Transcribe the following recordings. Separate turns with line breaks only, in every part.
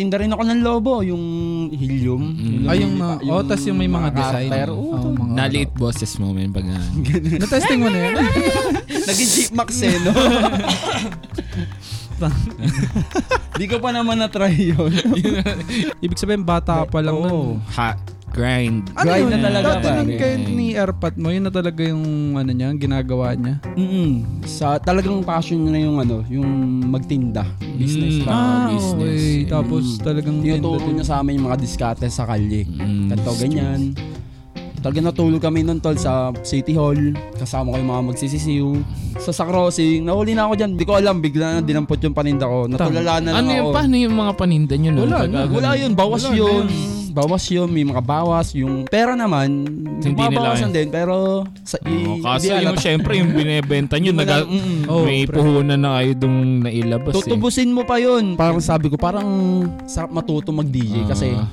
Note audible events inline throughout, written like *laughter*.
nagtinda rin ako ng lobo, yung helium.
Mm.
Ay, yung mga- oh, tas yung may mga design.
Pero, oh,
Oo, oo, mga-
Naliit boses mo, men, pag ah,
Na-testing mo na yun.
Naging chipmunk eh, no? Di ko pa naman na-try yun.
Ibig sabihin, bata pa lang nun.
Oo.
hot grind.
Ano
Grind
yun?
na talaga,
Dati nun
pare.
kayo ni Airpat mo, yun na talaga yung ano niya, yung ginagawa niya.
*laughs* Mm-mm. Sa talagang passion niya na yung ano, yung magtinda. Business lang.
Mm. Ah,
okay.
business.
Tapos
Mm.
talagang
Tinuturo
tindahan.
niya sa amin yung mga diskate sa kalye.
Mm.
Ganto, ganyan. Talaga natulog kami nun tol sa City Hall. Kasama ko yung mga magsisisiw. Sa sa crossing, nahuli na ako dyan. Di ko alam, bigla na dinampot yung paninda ko. Natulala na lang
Ano yung,
ako.
paano yung mga paninda nyo? nun?
Wala
Pag,
na.
ah,
Wala yun, bawas
Wala na
yun.
yun.
Bawas yun, may mga bawas. Yung pera naman,
Hindi nila
babawasan
eh.
din. Pero sa
Oh,
i-
kaso
di
yung
halata.
syempre yung binebenta nyo,
Hindi mo
naga,
lang- mm,
oh,
may
pre.
puhunan na kayo dong nailabas eh.
Tutubusin mo pa yun. Parang sabi ko, parang sarap matuto mag-DJ kasi
Ah.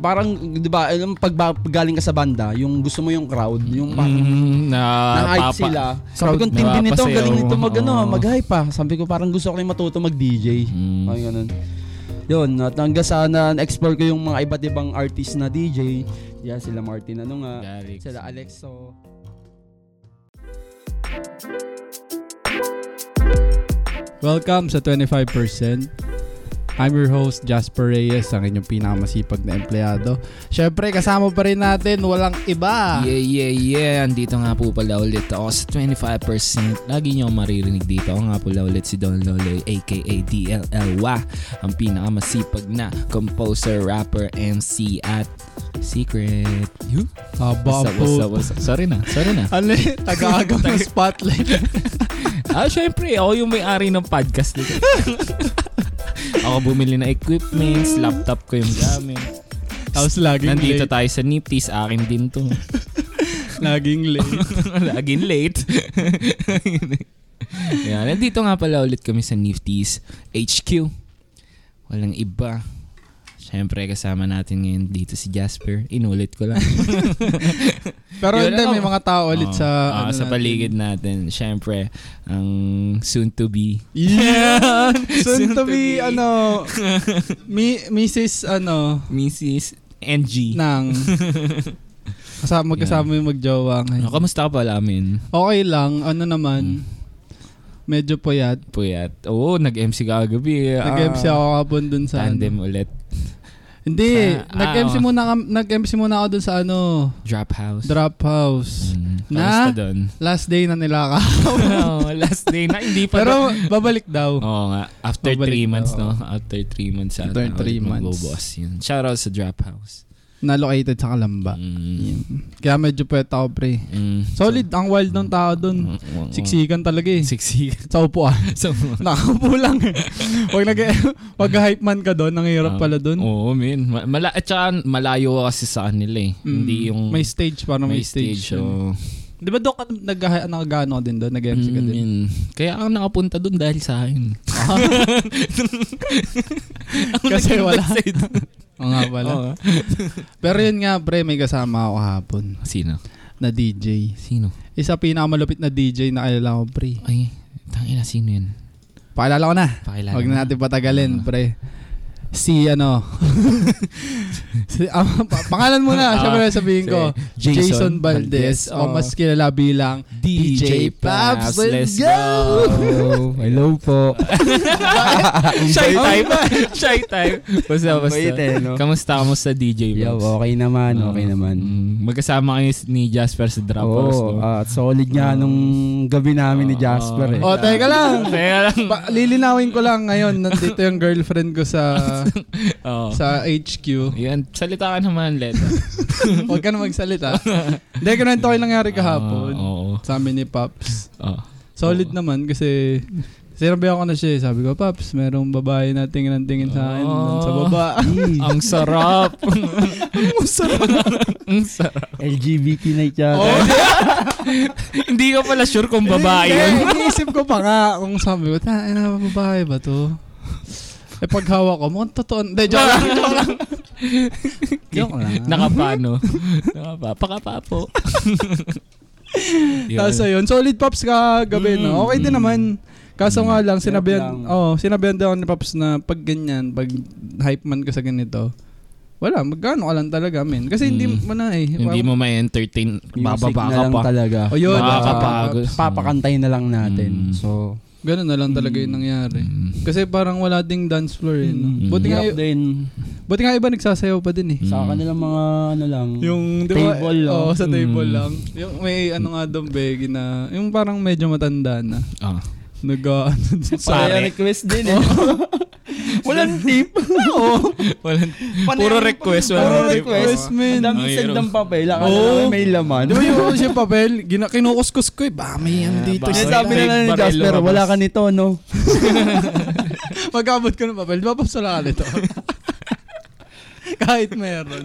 parang, di ba, alam, pag, ba- pag galing ka sa banda, yung gusto mo yung crowd, yung parang
Mm, na
na-hype
papa-
sila. Ah, Sabi ko,
crowd
"Ang tindi nito, ang
napapasayaw."
galing nito mag, ano,
Oo.
mag-hype pa. Sabi ko, parang gusto ko rin matuto mag-DJ.
Mm.
Parang ganun. Yun, at hanggang sa na-explore ko yung mga iba't ibang artist na DJ. Yan, sila Martin, ano nga.
Garrick.
Sila Alexo.
Welcome sa 25%. I'm your host, Jasper Reyes, ang inyong pinakamasipag na empleyado. Siyempre, kasama pa rin natin, walang iba.
Yeah, yeah, yeah. Andito nga po pala ulit ako sa 25%. Lagi niyo ako maririnig dito. Ako nga pala ulit si Don Loloy, aka DLLY. Ang pinakamasipag na composer, rapper, MC at secret. You? Wasa,
Haba
wasa, wasa. Sorry na, sorry
*laughs*
na.
Ano yun? Tagaagaw ng spotlight.
ah, syempre, ako yung may-ari ng podcast nito. ako bumili ng equipments, laptop ko yung gamit.
Tapos laging
Nandito
late.
tayo sa Niptis, akin din to.
*laughs* Laging late.
*laughs* Laging
*laughs*
late. Yan. Nandito nga pala ulit kami sa Nifty's HQ. Walang iba. Siyempre, kasama natin ngayon dito si Jasper. Inulit ko lang.
Pero
Yun,
hindi,
ano?
may mga tao ulit
Oo.
sa...
Oo,
ano
sa
natin.
paligid natin. Siyempre, ang soon to be. *laughs*
Yeah! Soon to
be.
be,
*laughs*
ano, mi, Mrs. ano,
Mrs. NG.
nang kasama magkasama yung magjowa
Ano,
ngayon.
kamusta ka pala amin?
Okay lang, ano
Hmm.
naman, medyo puyat.
Puyat. Oo, nag-MC ka kagabi. Ah,
Nag-MC ako kapon dun sa
Tandem
ano.
ulit.
Hindi,
Sa- ah,
nag-MC
oo.
muna, kam- nag-MC muna ako dun sa ano,
Drop house.
Drop House.
Mm,
Na? Oh,
Kamusta
*laughs*
doon?
Last day na nila
*laughs*
ka.
Oo, last day na. Hindi pa
Pero *laughs* babalik daw.
Oo nga. After
Babalik
three
na,
months, no?
oo.
After three months. sana
After three
ulit
months.
magbo-boss yun. Shout out sa Drop House.
Na located sa Kalamba.
Mm.
Yun. Kaya medyo puyat ako, pre.
Mm.
Solid, ang wild ng tao
Mm, mm,
dun.
mm.
Siksikan talaga eh.
Siksik.
Sa
*laughs*
upuan.
So,
Nakaupo lang eh. Pag, nag pag hype man ka doon, ang
ah,
hirap pala doon.
Oo, man. Ma- Mala at saka malayo kasi sa kanila eh. Hindi yung...
Mm. May stage, parang may, stage. yun.
oo.
Di ba doon ka nag- nag-ano ka din doon? Nag-MC ka
Mm,
din? *laughs*
yun. Kaya ako nakapunta doon dahil sa akin.
Kasi wala.
Nag-backside.
*laughs* Oo nga pala.
Oo.
*laughs* Pero yun nga pre, may kasama ako hapon
Sino?
na DJ.
Sino?
Isa pinakamalupit na DJ na kilala ko pre.
Ay, tangina sino yan?
Pakilala ko na.
Pakilala.
Huwag na natin
Ah.
patagalin pre. Si ano. *laughs* si, ah, pa- pangalan mo
Ah,
na. Siyempre sabihin
si
ko. Jason, Valdez. O
oh.
mas kilala bilang DJ Paps. Let's
go!
Hello po.
Shy time. *laughs* Shy time. Basta,
Oh. Ang
basta.
bait eh, no?
Kamusta, kamusta DJ Paps?
Yo, okay naman, okay naman.
Mm, magkasama kayo ni Jasper sa Drop House,
Oo,
no?
ah, solid nga nung gabi namin ni Jasper eh.
Ah.
O teka lang.
Kaya lang. *laughs*
Pa- lilinawin ko lang ngayon. Nandito yung girlfriend ko
*laughs*
sa
Oo.
sa HQ.
Yan, salita ka naman,
*laughs*
Leta.
Huwag ka na
*laughs*
magsalita. Hindi, ganun to kayo nangyari kahapon.
Oo.
Sabi ni Paps.
Oo.
Solid
Oo.
naman kasi sinabihan ko na siya. eh. Sabi ko, Paps, merong babae na tingin ang tingin sa akin
Oo.
dun sa baba.
Eh,
Ang
*laughs*
sarap. Ang sarap. Ang sarap.
LGBT night yata.
Oo.
Oh, Hindi ka pala sure kung babae yun.
Hindi, iniisip ko pa nga kung sabi ko, tayo na babae ba to? Eh pag hawak ko, mukhang totoo. Hindi,
*laughs*
joke
*laughs*
lang, joke lang. joke lang.
Nakapano. Nakapa. Pakapapo.
*laughs*
Yun.
Tapos ayun, solid pops ka gabi, no? Okay din
Mm.
naman. Kaso nga lang,
Mm-hmm.
sinabihan,
lang.
oh, sinabihan daw ni Pops na pag ganyan, pag hype man ka sa ganito, wala, magkano ka lang talaga, men. Kasi hindi
Mm.
mo na eh.
Hindi mo ma-entertain,
Music
bababa
na
ka
lang
pa. Oh,
talaga.
O yun,
ah,
Nakakapagod.
Papakantay na lang natin.
Mm.
So,
Ganun na lang talaga yung nangyari.
Mm.
Kasi parang wala ding dance floor eh. No?
Mm.
Buti, nga,
hirap din.
buti nga iba nagsasayaw pa din eh.
Mm.
Sa kanilang mga ano lang.
Yung, di ba? oh,
Table lang.
Oo, sa table
Mm.
lang. Yung may ano nga doon, Becky, na yung parang medyo matanda na.
*laughs*
Ah.
Nag, uh, *laughs*
Pare.
request din eh.
Oh.
*laughs* Walang tip.
*laughs*
Oo.
Walang,
Panay-
puro request. walang
Puro
tip.
request.
request, Oh, man.
Ang dami
Ang
send
hirap.
ng papel. Akala
Oo.
namin may laman.
Di ba yung *laughs* siya papel? Gina, kinukuskus ko eh. Ba, may ano dito.
ba-
Kaya
isa.
sabi na lang ni
Baril
Jasper,
lumabas.
wala ka nito, no?
Magkabot ko ng papel. Di ba papasala ka *laughs* nito? Kahit meron.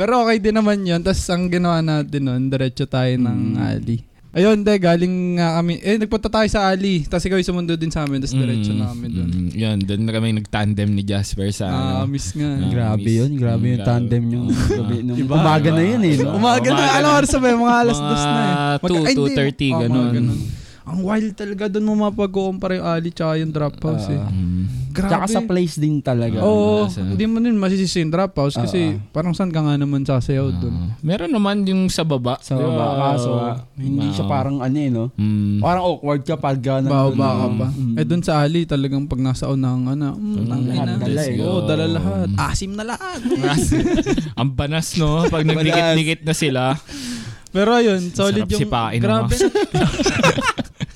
Pero okay din naman yun. Tapos ang ginawa natin nun, diretso tayo ng
Mm.
Ali. Ayun, de, galing nga kami. Eh, nagpunta tayo sa Ali. Tapos ikaw yung sumundo din sa amin. Tapos diretso
Mm,
na kami doon.
mm, Yun, doon na kami nag-tandem ni Jasper sa ano.
Ah, miss nga.
Ah,
Grabe
miss.
yun. Grabe yung
Grabe.
tandem yung gabi. nung
Iba,
Umaga
iba,
na yun eh.
iba.
no?
Umaga na,
Umaga
ano
na.
oras na ba? yun? Mga alas
Mga
dos na eh.
two,
ay,
two
hindi.
thirty,
Oo, mga
ganun.
ganun. Ang wild talaga doon mo mapag-uumpara yung alley tsaka yung drop house eh.
Ah.
Mm.
Grabe.
Tsaka sa place din talaga.
Oo,
nasa-
hindi mo nun masisisi yung drop house
Oo.
kasi parang saan ka nga naman sasayaw doon.
Ah. meron naman yung sa baba.
Sa baba.
Wow.
Kaso ah, hindi siya
Wow.
parang ano eh, no?
Mm.
Parang awkward ka pag uh,
Bawa-bawa ka pa.
Mm.
Eh doon sa alley talagang pag nasa unang ano, mm,
Lahat
ang ina.
dala eh.
Oo, dala lahat.
Mm.
Asim na lahat.
*laughs* Ang banas, no? Pag nagdikit-dikit na sila.
Pero ayun, solid
Sarap
yung...
sipain, no?
*laughs* grabe.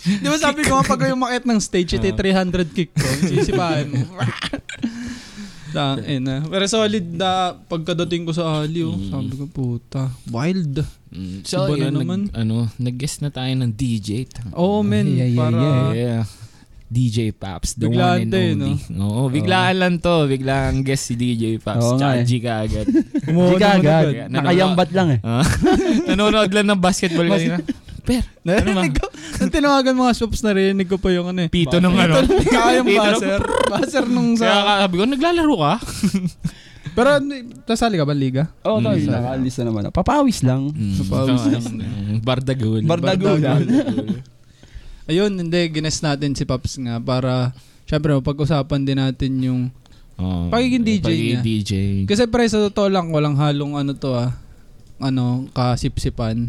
Di ba sabi ko, pag yung makit ng stage, ito yung 300 kick *laughs* ko. Sisipain mo. Tang, eh na. Pero solid na pagkadating ko sa alley, oh, sabi ko, puta, wild.
Mm. So,
Iba na
yun, nag-
naman.
ano, nag-guest na tayo ng DJ. Tang-
Oo, men.
Yeah, yeah,
para,
yeah.
Yeah. DJ Paps, the
Biglaan
one and
to eh,
only. Oo, biglaan lang to. Biglaan guest si DJ Paps.
Oo nga
Tsaka
eh.
G ka agad. *laughs*
Hindi ka agad.
agad.
Nakayambat lang eh.
Ah, Nanonood lang ng basketball
*laughs*
kanina. Per, ano ma?
Narinig ko, nung tinawagan mga shops, narinig ko pa yung ano eh.
Pito ng ano.
Kaya yung
Pito ng-
buzzer. Buzzer nung
Kaya
sa...
ka- sabi ko, naglalaro ka?
Pero nasali ka ba liga?
Oo, oh,
Mm.
tayo nakaalis na naman. Papawis lang.
Napawis
*laughs* ito, ano, Bardagul.
Bardagul.
Ayun, hindi. Gines natin si Paps nga para... Siyempre, mapag-usapan din natin yung...
Oo.
Pagiging DJ niya.
Pagiging DJ.
Kasi pre, sa totoo lang, walang halong ano to ah. Ano, kasipsipan.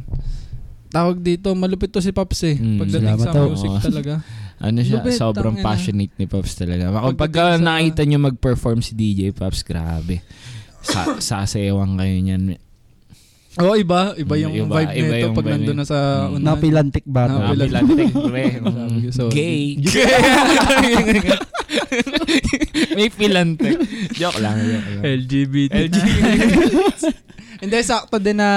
Tawag dito, malupit to si Paps eh.
Mm,
Pagdating
salamat
sa
to.
music
Oo.
talaga.
Ano siya,
Lupit,
sobrang
tangina.
passionate ni Pops talaga. Kapag
Pagdating
pagka
sa-
nakita niyo mag-perform si DJ Pops, grabe. Sa sasayawang kayo niyan.
*laughs* Oo, iba. Mm, Iba yung
Iba,
vibe
iba
nito
yung
pag
vibe
nandun na sa... ano,
Mm.
unahan.
Napilantik bata.
Napilantik.
Napilantik,
*laughs*
pre.
Ah, Sabi ko,
Mm,
sorry. *laughs*
Gay. May pilantik. Joke lang. joke lang.
LGBT. Hindi, sakto din na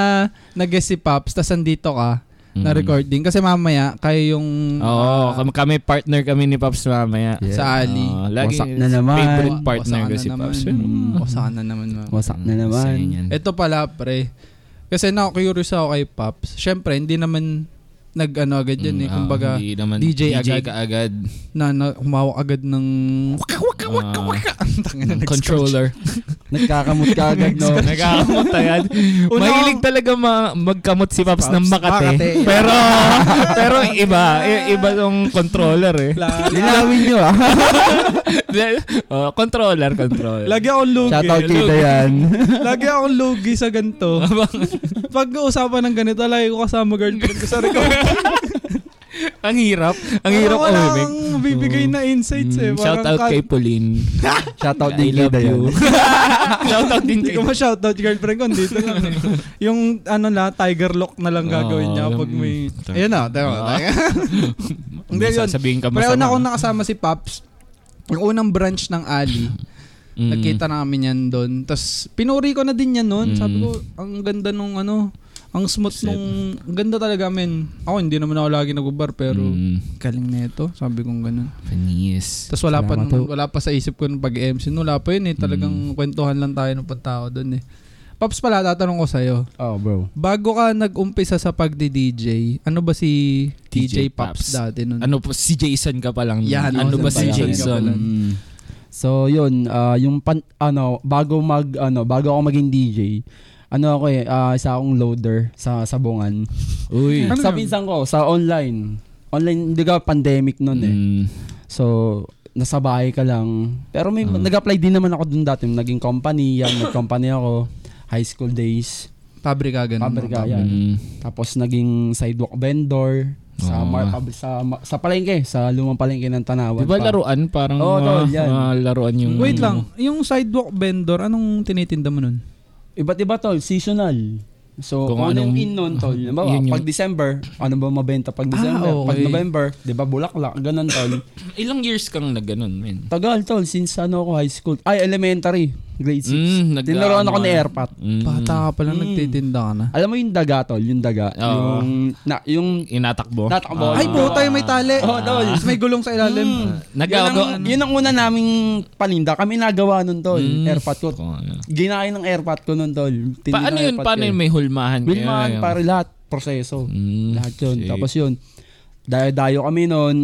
nag-guest si Paps, tas andito ka
Mm.
na recording. Kasi mamaya, kayo yung...
Oo,
ah,
kami, kami partner kami ni Pops mamaya.
Yeah.
Sa Ali.
Oo, lagi
Wasak na naman.
favorite partner
Wasak
ko
na
si
naman.
Pops.
Mm.
Wasak na naman. ma'am.
Wasak na naman.
Sa'yo Mm, yan.
Ito pala, pre. Kasi na-curious ako kay Paps. Siyempre, hindi naman nag-ano agad yan eh.
Mm, ah,
Kumbaga,
hindi naman
DJ agad.
ka agad.
na, na humawak agad ng...
Ah,
*laughs* Ang tanga na
ng
nag-scratch. *laughs*
controller.
Nagkakamot ka agad,
*laughs*
no?
Nagkakamot *laughs* agad.
Una-
Mahilig talaga ma- magkamot si Paps,
Paps,
ng Makate.
Makate.
*laughs* Pero, pero iba. I- iba yung controller eh.
Linawin nyo ah.
*laughs* Oh, controller, controller.
Lagi akong lugi.
Shoutout kay Dayan. *laughs*
Lagi akong lugi sa ganito. *laughs* Pag usapan ng ganito, lagi ko kasama girlfriend ko sa record.
*laughs* ang hirap. *laughs* Ang hirap
Wala
umimik.
kang bibigay na insights eh.
Mm, shout out kay Pauline.
Shoutout
I
din kay
love
*laughs*
Dayan.
you. shout out din
Hindi
kay
ko ma-shoutout girlfriend ko. Dito lang.
*laughs*
eh. Yung ano na, tiger lock na lang gagawin niya
Oo,
pag may...
alam mo.
Ayun na, tama.
Oo.
tama. Hindi,
May
yun.
Sasabihin ka
Pero una
masama.
kong nakasama si Paps, yung unang branch ng Ali,
Mm.
nagkita namin yan doon. Tapos pinuri ko na din yan
Mm.
noon. Sabi ko, ang ganda nung ano, ang smooth
Set.
nung, ang ganda talaga men. Ako hindi naman ako lagi nagbar pero
Mm.
galing nito. Sabi kong ganun.
Panis.
Tapos wala pa
Salamat po.
nung- wala pa sa isip ko nung pag-MC. Nung Wala pa yun eh. Talagang
Mm.
kwentuhan lang tayo ng pagtao doon eh. Paps pala, tatanong ko sa'yo.
Oh, bro.
Bago ka nag-umpisa sa pagdi-DJ, ano ba si DJ,
DJ Paps.
Paps, dati nun?
Ano po, si Jason ka pa lang.
Yan, oh,
ano ba si
Jason ka pa lang.
Jason?
Mm. So yun, ah, yung pan, ano, bago mag ano, bago ako maging DJ, ano ako eh, ah, isa akong loader sa sabungan.
Uy.
Ano
sa
yun?
pinsan ko, sa online. Online, hindi ka pandemic noon eh.
Mm.
So, nasa bahay ka lang. Pero may
Ah.
nag-apply din naman ako dun dati. Naging company yan. Nag-company ako. High school days.
Pabrika ganun.
Pabrika yan.
Mm.
Tapos naging sidewalk vendor. Sa,
Oo
mar-
nga.
pab- sa, ma- sa palengke. Sa lumang palengke ng Tanawan.
Ah. Di ba
pa.
laruan? Parang
Oo,
mga-
tol, yan.
mga laruan yung...
Wait lang, yung sidewalk vendor, anong tinitinda mo nun?
Iba't iba tol. Seasonal. So,
Kung
kung, ano yung
anong-
in nun,
*laughs*
tol. Diba,
Yun Ah, yung-
pag December, ano ba mabenta pag December? Pag
okay.
November, di ba bulaklak, ganun, tol.
Ilang years kang na ganun, men?
Tagal, tol. Since ano ako, high school. Ay, elementary. Grade 6.
Mm, nag-
Tinuruan ako
ano,
ni airpat.
Mm.
Bata ka pa
Mm.
lang nagtitinda ka na.
Alam mo yung daga, tol? Yung daga.
Oo.
Yung, na, yung
Inatakbo? Ah.
natakbo.
Ay, puta yung may tali.
Oo, tol.
Tapos may gulong sa ilalim.
Mm.
Nagawa
Yun ang,
ko-
yun ang una naming paninda. Kami nagawa nun, tol.
Mm.
Airpat ko.
Kung ano.
Ginain ng airpat ko nun, tol. Tindi
Paano
ng
ano yun?
airpat
Paano
ko eh.
yun? May hulmahan? kayo?
Wilman, pare lahat. Proseso.
Mm,
Lahat yun.
shit.
Tapos yun. Dayo-dayo kami nun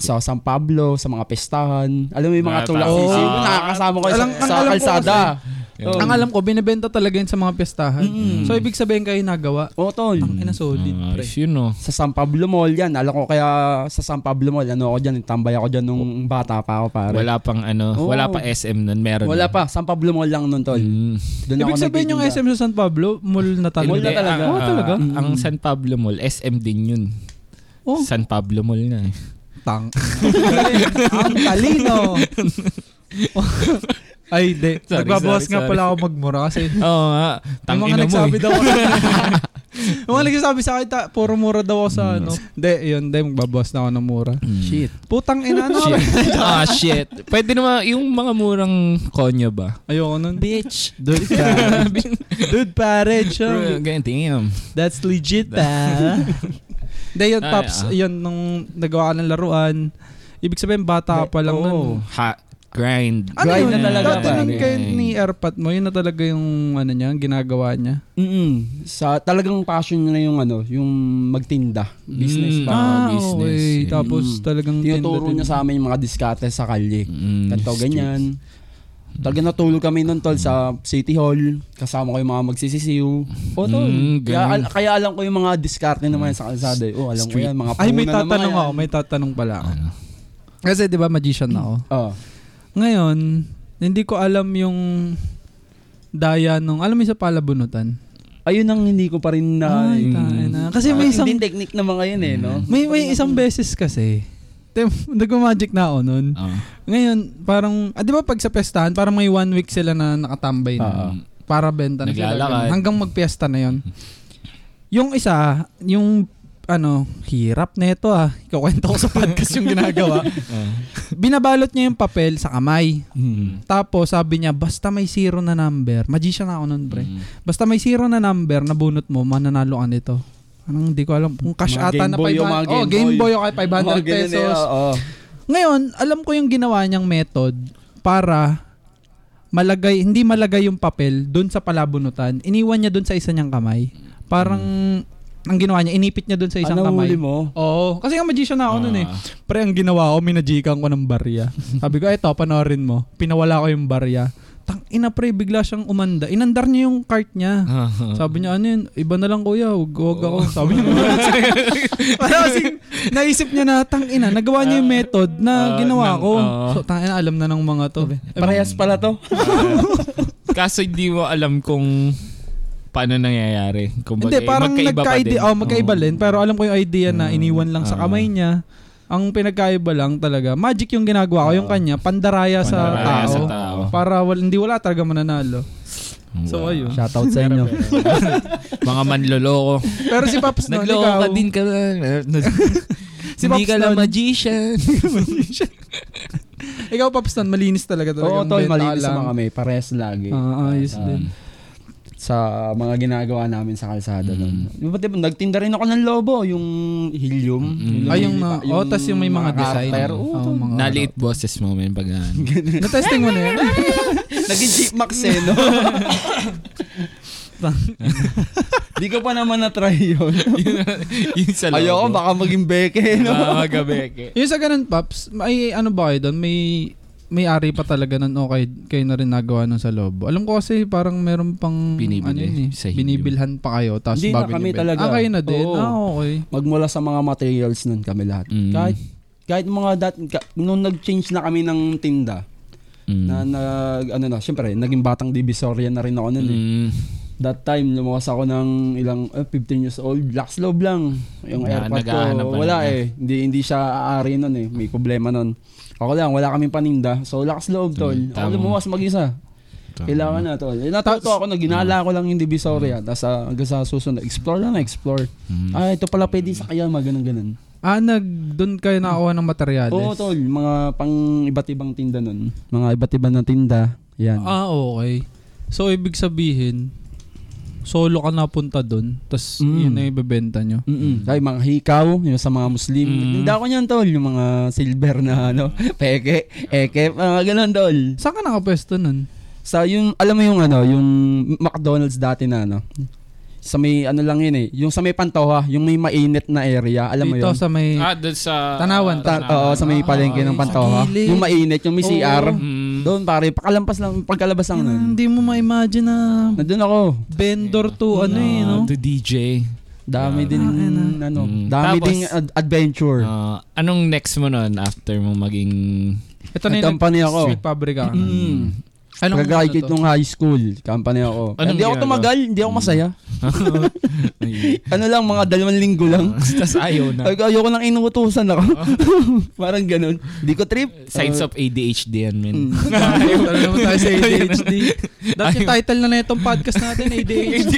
sa San Pablo, sa mga pestahan. Alam mo yung mga
Ah,
tulak
tama.
sisi.
Ah.
Nakakasama ko sa,
Alam- ang
sa
alam ko
kalsada.
Yun.
Oo.
Ang alam ko, binibenta talaga yun sa mga pestahan. So, ibig sabihin kayo nagawa.
Oo, tol.
Ang ina solid,
Ah,
pre.
ayos yun, oh.
Sa San Pablo Mall yan. Alam ko kaya sa San Pablo Mall, ano ako dyan, tambay ako dyan nung bata pa ako, pare.
Wala pang ano,
Oo.
wala pa SM nun, meron.
Wala
na.
pa. San Pablo Mall lang nun, tol.
Mm.
Doon ako
Ibig sabihin yung
nagtitinda.
SM sa San Pablo, mall na talaga.
Mall na
Hindi,
talaga.
Ang,
Oo,
ah,
talaga. Mm.
ang San Pablo Mall, SM din yun.
Oh,
San Pablo Mall na eh.
tang. Ang talino. *laughs* Ay, di.
Sorry,
Nagbabawas
sorry,
nga
sorry.
pala ako magmura kasi
Oo nga.
Yung
Tangina
mga
mo
nagsabi
eh. *laughs*
daw ako. yung mga nagsasabi sa akin, ta, puro mura daw ako sa ano. Hindi, yun, hindi, magbabawas na ako ng mura.
Shit.
Putang ina, ano?
Shit. *laughs* ah, shit. Pwede naman, yung mga murang konyo ba?
Ayoko nun.
*laughs*
Bitch.
Dude, pare. Dude, pare. chum.
Bro, ganyan, damn.
That's legit,
*laughs*
ah. Hindi, yun,
Ay,
Pops,
ah.
yun, nung nagawa ka ng laruan, ibig sabihin, bata ka pa lang
Oo.
nun.
Ha, grind.
Oh.
Ano
Grind
yun?
na talaga,
Dati nun
pare.
kayo ni Airpat mo, yun na talaga yung ano niya, yung ginagawa niya.
Mm-mm. Sa talagang passion niya na yung ano, yung magtinda, business
Mm.
pa.
Ah,
okay.
business.
Tapos
Mm.
talagang
Tinuturo
tinda
niya
din.
sa amin yung mga diskarte sa kalye.
Mm,
Ganto, ganyan. Talaga natulog kami nun tol sa City Hall. Kasama ko yung mga magsisisiw. O tol.
Mm, ganun.
kaya, al- kaya alam ko yung mga diskarte naman sa kalsada. eh. Oh, alam ko
Street.
yan. Mga
Ay, may
puno na mga
tatanong
yan.
ako, may tatanong pala ako.
Ano?
Kasi 'di ba magician ako.
Oh.
Ngayon, hindi ko alam yung daya nung alam mo yung sa palabunutan.
Ayun ang hindi ko pa rin na...
Mm.
Ah,
Ay, tayo na. Kasi may isang
Hindi technique na mga yun eh, no?
may may isang beses kasi. Tem- *laughs* Nagma-magic na ako nun.
Ah.
Ngayon, parang, ah, di ba pag sa pestahan, parang may one week sila na nakatambay na.
ah.
Oo.
Para benta na sila.
Naglalakad.
ganun. Hanggang magpiesta na yon Yung isa, yung ano, hirap na ito ah. Ikukwento ko sa *laughs* podcast yung
*laughs*
ginagawa. Binabalot niya yung papel sa kamay.
Mm.
Tapos sabi niya, basta may zero na number. Magician ako nun, pre.
Mm.
Basta may zero na number na bunot mo, mananalo ka nito. Anong hindi ko alam. Kung cash
Mga
ata
Game
na
Boy,
500.
yung mga
oh,
Game
Game Boy,
Boy.
okay, 500
Mga ganun eh,
pesos.
oo.
Ngayon, alam ko yung ginawa niyang method para malagay, hindi malagay yung papel doon sa palabunutan. Iniwan niya doon sa isa niyang kamay. Parang, ang ginawa niya, inipit niya doon sa isang
Ano
kamay.
Mm. huli mo?
Oo. Kasi nga magician na ako nun eh.
Ah.
Pre, ang ginawa ko, minajikan ko ng barya. Sabi ko, eto, panoorin mo. Pinawala ko yung barya. Tang ina pre, bigla siyang umanda. Inandar niya yung cart niya.
Ah,
Sabi niya, ano yun? Iba na lang kuya, huwag, huwag ako.
Oh.
Sabi niya,
*laughs*
parang kasing naisip niya na, tang ina, nagawa niya yung method
Ah,
na ginawa
ng-
ko.
ah.
so, tang ina, alam na ng mga to.
Parehas pala to.
Kaso hindi mo alam kung paano nangyayari. eh, Kung
Hindi, parang nagka-idea, oh, magkaiba rin. Pero alam ko yung idea na iniwan lang sa
ah.
kamay niya. Ang pinagkaiba lang talaga, magic yung ginagawa ko, yung kanya, pandaraya, sa,
Pandaraya
tao,
sa tao.
Para wal, hindi wala talaga mananalo. So, ayun.
Shoutout sa inyo.
Mga
*laughs*
manloloko.
Pero si
*laughs*
Paps no,
Nagloko ka
ikaw,
din ka lang.
*laughs* Si
hindi
Pops
ka lang
Don. *laughs*
magician.
ikaw Paps Don, malinis talaga talaga.
Oo,
yung
tol,
benta
malinis
lang.
naman kami. Parehas lagi. Um,
Ah, ayos din.
sa mga ginagawa namin sa kalsada noon. Diba, diba, nagtinda rin ako ng lobo, yung helium.
Ay, yung mga- oh, tas yung may mga design.
Pero,
Oo,
oh,
oo, mga-
Naliit boses mo, men. Pag
*laughs* Na-testing mo na yun?
*laughs* naging Jeep Max eh,
*laughs*
no? Di ko pa naman na-try yun.
yun sa logo.
Ayoko, baka maging beke,
*laughs*
no?
Ah, magabeke.
yung sa ganun, Paps, may ano ba kayo doon? May may-ari pa talaga nun o kay, kayo na rin nagawa nun sa lobo. Alam ko kasi parang meron pang
Binibili
ano yun eh,
sa Hindu.
binibilhan pa kayo tapos
Hindi na,
bago
kami
nyo-
talaga.
Ah, kayo na din?
Oo.
Ah, okay.
Magmula sa mga materials nun kami lahat.
Mm.
Kahit kahit mga dat ka- nung nag-change na kami ng tinda
Mm.
na nag ano na syempre naging batang Divisoria na rin ako noon eh.
Mm.
That time lumakas ako ng ilang eh, 15 years old, lakas loob lang. Yung
Na-
airpod
naghahanap
ko
pa
wala
lang,
eh. Hindi hindi siya aari noon eh. May problema noon. Ako lang, wala kaming paninda. So lakas loob tol.
Mm,
Ako
tama.
lumuwas mag-isa. Kailangan na tol. Eh, natuto ako na
Hmm.
ginala ko lang yung Divisoria. Tapos ah, hanggang sa susunod, explore lang, explore.
Mm.
Ah, ito pala pwede sa kaya mga ganun ganun.
Ah, nag, doon kayo nakakuha ng materyales?
Oo, tol. Mga pang iba't ibang tinda nun. Mga iba't ibang na tinda. Yan.
Ah, okay. So, ibig sabihin, solo ka napunta doon, tapos
Mm.
yun na ibebenta nyo.
Mm-mm. Ay, mga hikaw, yung sa mga Muslim.
Mm.
Tinda ko niyan, tol. Yung mga silver na, ano, *laughs* peke, eke, mga ganun, tol.
Saan ka nakapwesto nun?
Sa yung, alam mo yung, ano, yung McDonald's dati na, ano, sa may, ano lang yun eh, yung sa may Pantoha, yung may mainit na area, alam mo
Dito
yun?
sa may...
Ah, doon sa...
Tanawan,
Ta- oo, sa may palengke ng Pantoha.
gilid.
Yung mainit, yung may
Oo.
CR.
Mm.
Doon, pare, pakalampas lang, pagkalabas lang
Yan,
nun.
hindi mo ma-imagine na
Nandun ako.
vendor
Mm.
to ano eh, no?
Ah, To DJ.
Dami din ano,
Mm.
dami
Tapos,
ding ad- adventure.
Ah, anong next mo nun after mo maging...
*laughs*
Ito na eh, yung
Nag-company ako.
street pabrika. ka.
Mm.
Mm-hmm. Anong
Pag-graduate
ano to? *laughs*
nung high school, company ako. Hmm.
Anong
hindi ako
ginagawa?
tumagal, hindi ako masaya. ano lang, mga dalawang linggo lang.
Tapos ayaw na.
Ay, ayoko nang inuutusan ako. *laughs* Parang ganun. Hindi ko trip.
Ah. Eh,
Ah.
Signs of ADHD yan,
uh, Mm.
men.
Ayaw, Tara naman tayo sa ADHD. That's yung title na na itong podcast natin, eh, ADHD.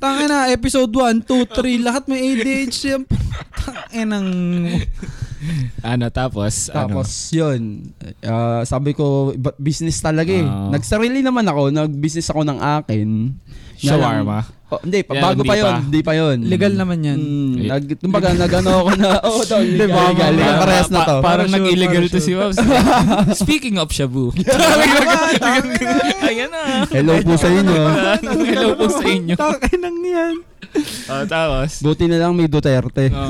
Tanga na, episode 1, 2, 3, lahat may ADHD. Tanga ng...
ano, tapos,
*laughs*
ano?
Tapos yun, ah, sabi ko, iba- business talaga eh.
Ah.
Nagsarili naman ako, nag-business ako ng akin.
ano, shawarma.
Oh, hindi, pa,
Yan,
bago
hindi
pa
pa.
yun. Hindi pa yun.
Legal naman yan.
Mm,
Eh.
nag, kumbaga, nag-ano ako *laughs* na, oh, tol, legal,
ba,
legal, legal,
mga-
parehas na to.
Pa- parang
Parang sure,
nag-illegal
parang
to si
sure.
Wabs.
*laughs*
Speaking of shabu. Ayan na.
Hello po sa inyo.
*laughs*
Ano
Hello po sa inyo.
Tanga ng yan.
Oh, tapos.
Buti na lang may Duterte.
Oh,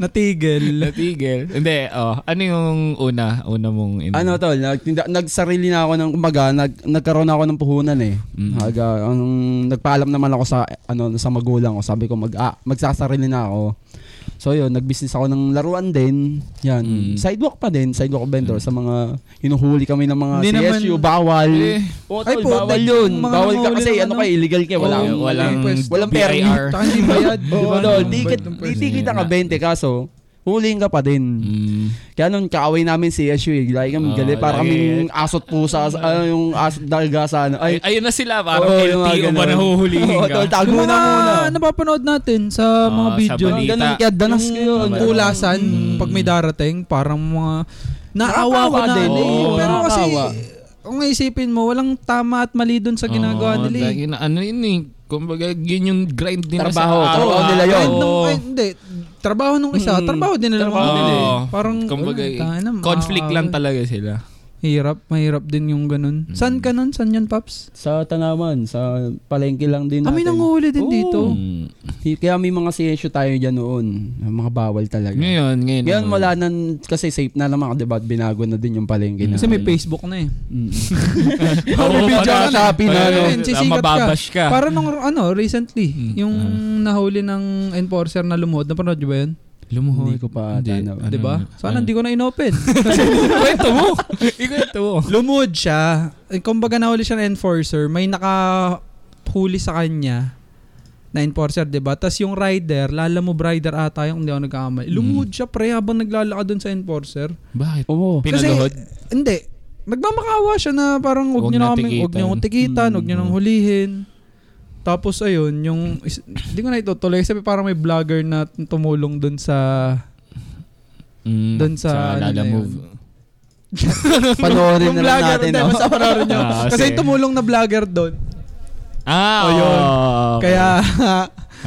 Natigil.
natigil. Hindi, oh. Ano yung una? Una mong... In-
Ano
Mm-hmm.
tol, nagtinda, nagsarili na ako ng kumbaga, nag, nagkaroon ako ng puhunan eh.
Mm-hmm.
Mm.
Haga, ang nagpaalam naman ako sa ano sa magulang ko. Sabi ko mag ah, magsasarili na ako. So yun, nag-business ako ng laruan din. Yan.
Mm-hmm.
Mm.
Sidewalk pa din, sidewalk vendor sa mga hinuhuli kami ng mga
Hindi naman-
CSU bawal.
Eh,
Oo,
Ay,
tol,
po,
bawal
dahil
yun.
yung mga
Bawal ka
nahuli
kasi
ng
ano
ano.
ka illegal ka, wala.
walang, walang,
walang permit.
BIR.
Tanga hindi *laughs* bayad. di
Oo,
ba?
tol,
Bayad
ticket,
ng pwesto.
titikit ka 20 kaso huliin ka pa din.
Mm.
Kaya nung kaaway namin si Yeshu, eh, lagi kami
Ah,
gali. Para
lagi.
kaming asot pusa, sa- ano, yung asot dalga sa ano. Ay,
Ay, ayun na sila, parang
oo, yung mga
LTO ba
ganun.
nahuhulihin
Oo,
ka?
tol, tago
Yung
na muna.
mga napapanood natin sa mga
Ah, sa
video.
balita. Hmm.
Ganun, kaya danas ano? ko
Yung
yun.
Tulasan, pag may darating, parang mga... Naawa ko
Nakakaawa
na.
din.
ano eh.
Oo,
pero kasi,
nakakaawa.
kung isipin mo, walang tama at mali dun sa ginagawa
Oo,
nila. eh.
dahil na- ano yun eh. Kumbaga, yun yung grind nila
Trabaho.
sa araw.
Trabaho nila yun.
Kahit nung- ay, hindi. Trabaho nung isa,
Mm.
trabaho din nila.
Trabaho
mga
nila
yun.
eh.
Parang,
Kumbaga, eh,
wala, tayo na,
conflict
maaaway.
lang talaga sila.
Hirap, mahirap din yung ganun. San ka nun? San yan, Paps?
Sa tanaman, sa palengke lang din
Kami
natin.
nanguhuli din
Oo.
dito.
Mm.
Kaya may mga si Yeshu tayo dyan noon. Mga bawal talaga. Ngayon,
Ngayon, ngayon.
wala nan, kasi safe na naman, di ba? Binago na din yung palengke na.
Kasi may Facebook na eh.
Mm.
*laughs* Oo,
Video ka
parang-
na, happy na,
parang-
ano.
parang
Sisikat ka.
Mababash ka.
Parang nung ano, recently,
Mm.
yung nahuli ng enforcer na lumuhod, napanood niyo ba yun?
Lumuhod.
Hindi ko pa diba?
Hindi.
tanaw.
Ano
Di ba?
na?
Sana
Ano?
hindi ko na inopen.
Kwento mo. Ikwento mo.
lumuhod siya. Eh, Kumbaga nahuli siya ng enforcer, may nakahuli sa kanya na enforcer, di ba? Tapos yung rider, lalamob rider ata yung hindi ako nagkakamali. Lumuhod siya pre habang naglalakad dun sa enforcer.
Bakit? *laughs*
Oo.
Pinaluhod?
Kasi, hindi. Nagmamakawa siya na parang
Huwag
huwag niyo
na
na kami,
tikitan.
huwag niyo akong tikitan, huwag niyo
Mm.
nang hulihin. Tapos ayun, yung, is- hindi ko na itutuloy kasi parang may vlogger na tumulong dun sa,
Mm,
Doon sa ano na
Lala
yun.
Move.
Panoorin na lang natin.
hindi,
oh.
basta panoorin niyo.
Ah,
kasi
sige.
yung tumulong na vlogger dun.
Ah,
Oh, yun.
oo. *laughs*
Kaya,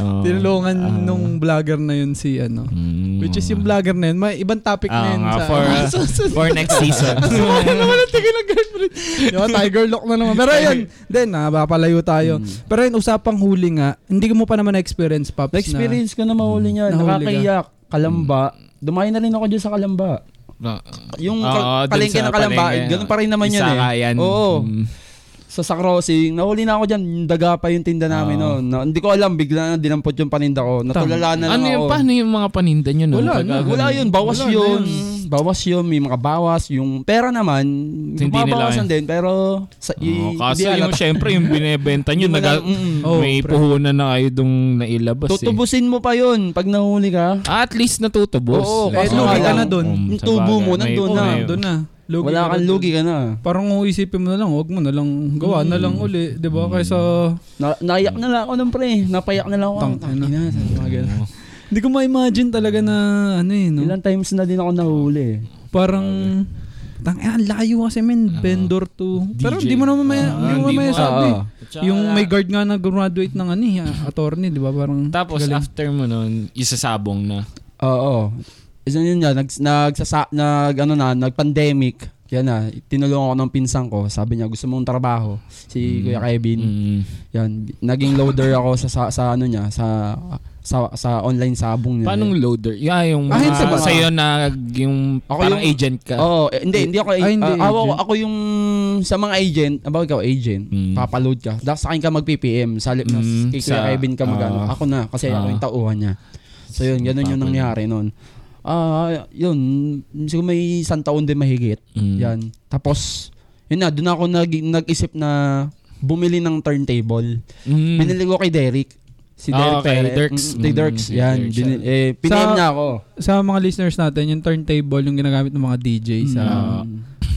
Oo.
tinulungan
Ah.
nung vlogger na yun si ano.
Mm.
Which is yung vlogger na yun, may ibang topic na
Ah,
yun.
nga,
*laughs* sa,
for, *laughs* uh,
So, so,
for next
*laughs*
season.
Sumahan naman ang tingin ng girlfriend. Yung tiger lock na naman. Pero yun, then, napapalayo tayo.
Hmm.
Pero yun, usapang huli nga, hindi mo pa naman na-experience, Paps.
Na-experience ko na mahuli niya.
Nahuli ka.
Nakakaiyak. Kalamba. Dumayo na rin ako dyan sa kalamba.
Ah,
Yung
oo,
kal-
doon
palengke
sa
ng kalamba, eh,
palengke.
ganun pa rin naman yun
Isaka
eh.
yan.
Oo.
Mm.
sa sa crossing, nahuli na ako dyan. Yung Daga pa yung tinda namin
Oo.
noon. Na- hindi ko alam, bigla na dinampot yung paninda ko. Natulala na lang
ano yung,
ako.
paano yung mga paninda nyo nun?
Wala
Pag- ah,
na.
Wala yun, bawas
Wala na
yun.
yun.
Bawas yun, may mga bawas. Yung pera naman,
Hindi nila
bumabawasan
eh.
din. Pero, sa,
Oh,
i-
kaso
hindi
yung
halata.
syempre yung binebenta nyo,
Hindi mo
naga,
lang- mm,
oh,
may
pre.
puhunan na kayo dong nailabas eh.
Tutubusin mo pa yun pag nahuli ka.
Ah, at least natutubos. Mm,
Oo,
Eh,
kaso
lugi ka na dun.
Yung tubo mo, nandun
Oo,
na.
doon na. Lugi
Wala
ka na
kang
dun.
lugi ka na.
Parang kung isipin mo na lang, huwag mo na lang gawa na lang uli, 'di ba? Kaysa
Na, naiyak na lang ako ng pre. Napayak na lang ako.
Tang-
Tang, ina, sabi ko, mga ganun.
*laughs* hindi ko ma-imagine talaga na ano eh, no?
Ilang times na din ako nahuli. eh.
Parang tang eh, ang layo kasi men vendor to. Pero
DJ.
hindi mo naman may
Ah, hindi
hindi mo naman may
mo-
sabi.
Oo.
Yung may guard nga na graduate ng ano eh, attorney, 'di ba? Parang
Tapos
galing.
after mo nun, isasabong na.
Oo. Isa yun nga, nag, nagsasa, nag, ano na, nag-pandemic. Yan na, tinulungan ako ng pinsan ko. Sabi niya, gusto mong trabaho. Si Kuya Kevin.
Mm.
Yan, naging loader ako sa, sa, sa ano niya, sa, sa, sa online sabong niya.
Paanong loader? Yeah, yung
Ah,
mga
yun sa mga-
sa'yo na yung
Ako
parang
yung-
agent ka.
Oo, eh, hindi, hindi ako,
Ah,
ah,
hindi,
ako,
agent.
ako yung sa mga agent, abaw ikaw agent,
Mm.
papaload ka. Dahil sa akin ka mag-PPM, sa lip
Mm,
kay Kuya
sa-
Kevin ka mag
ah.
ako na, kasi ako
Ah.
yung tauhan niya. So yun, ganun yung
Papaload.
nangyari noon. Ah, yun, siguro may isang taon din mahigit.
Mm.
Yan. Tapos, yun na, doon ako nag, nag-isip na bumili ng turntable.
Mm.
Binili ko kay Derek. Si Derek
Ah, okay,
Perez.
Dirks.
Mm, kay
Mm,
Dirks.
kay
yan.
Dirks,
Binili- eh,
Sa-
pinayam niya ako.
sa mga listeners natin, yung turntable yung ginagamit ng mga DJ
Mm.
sa
Ah.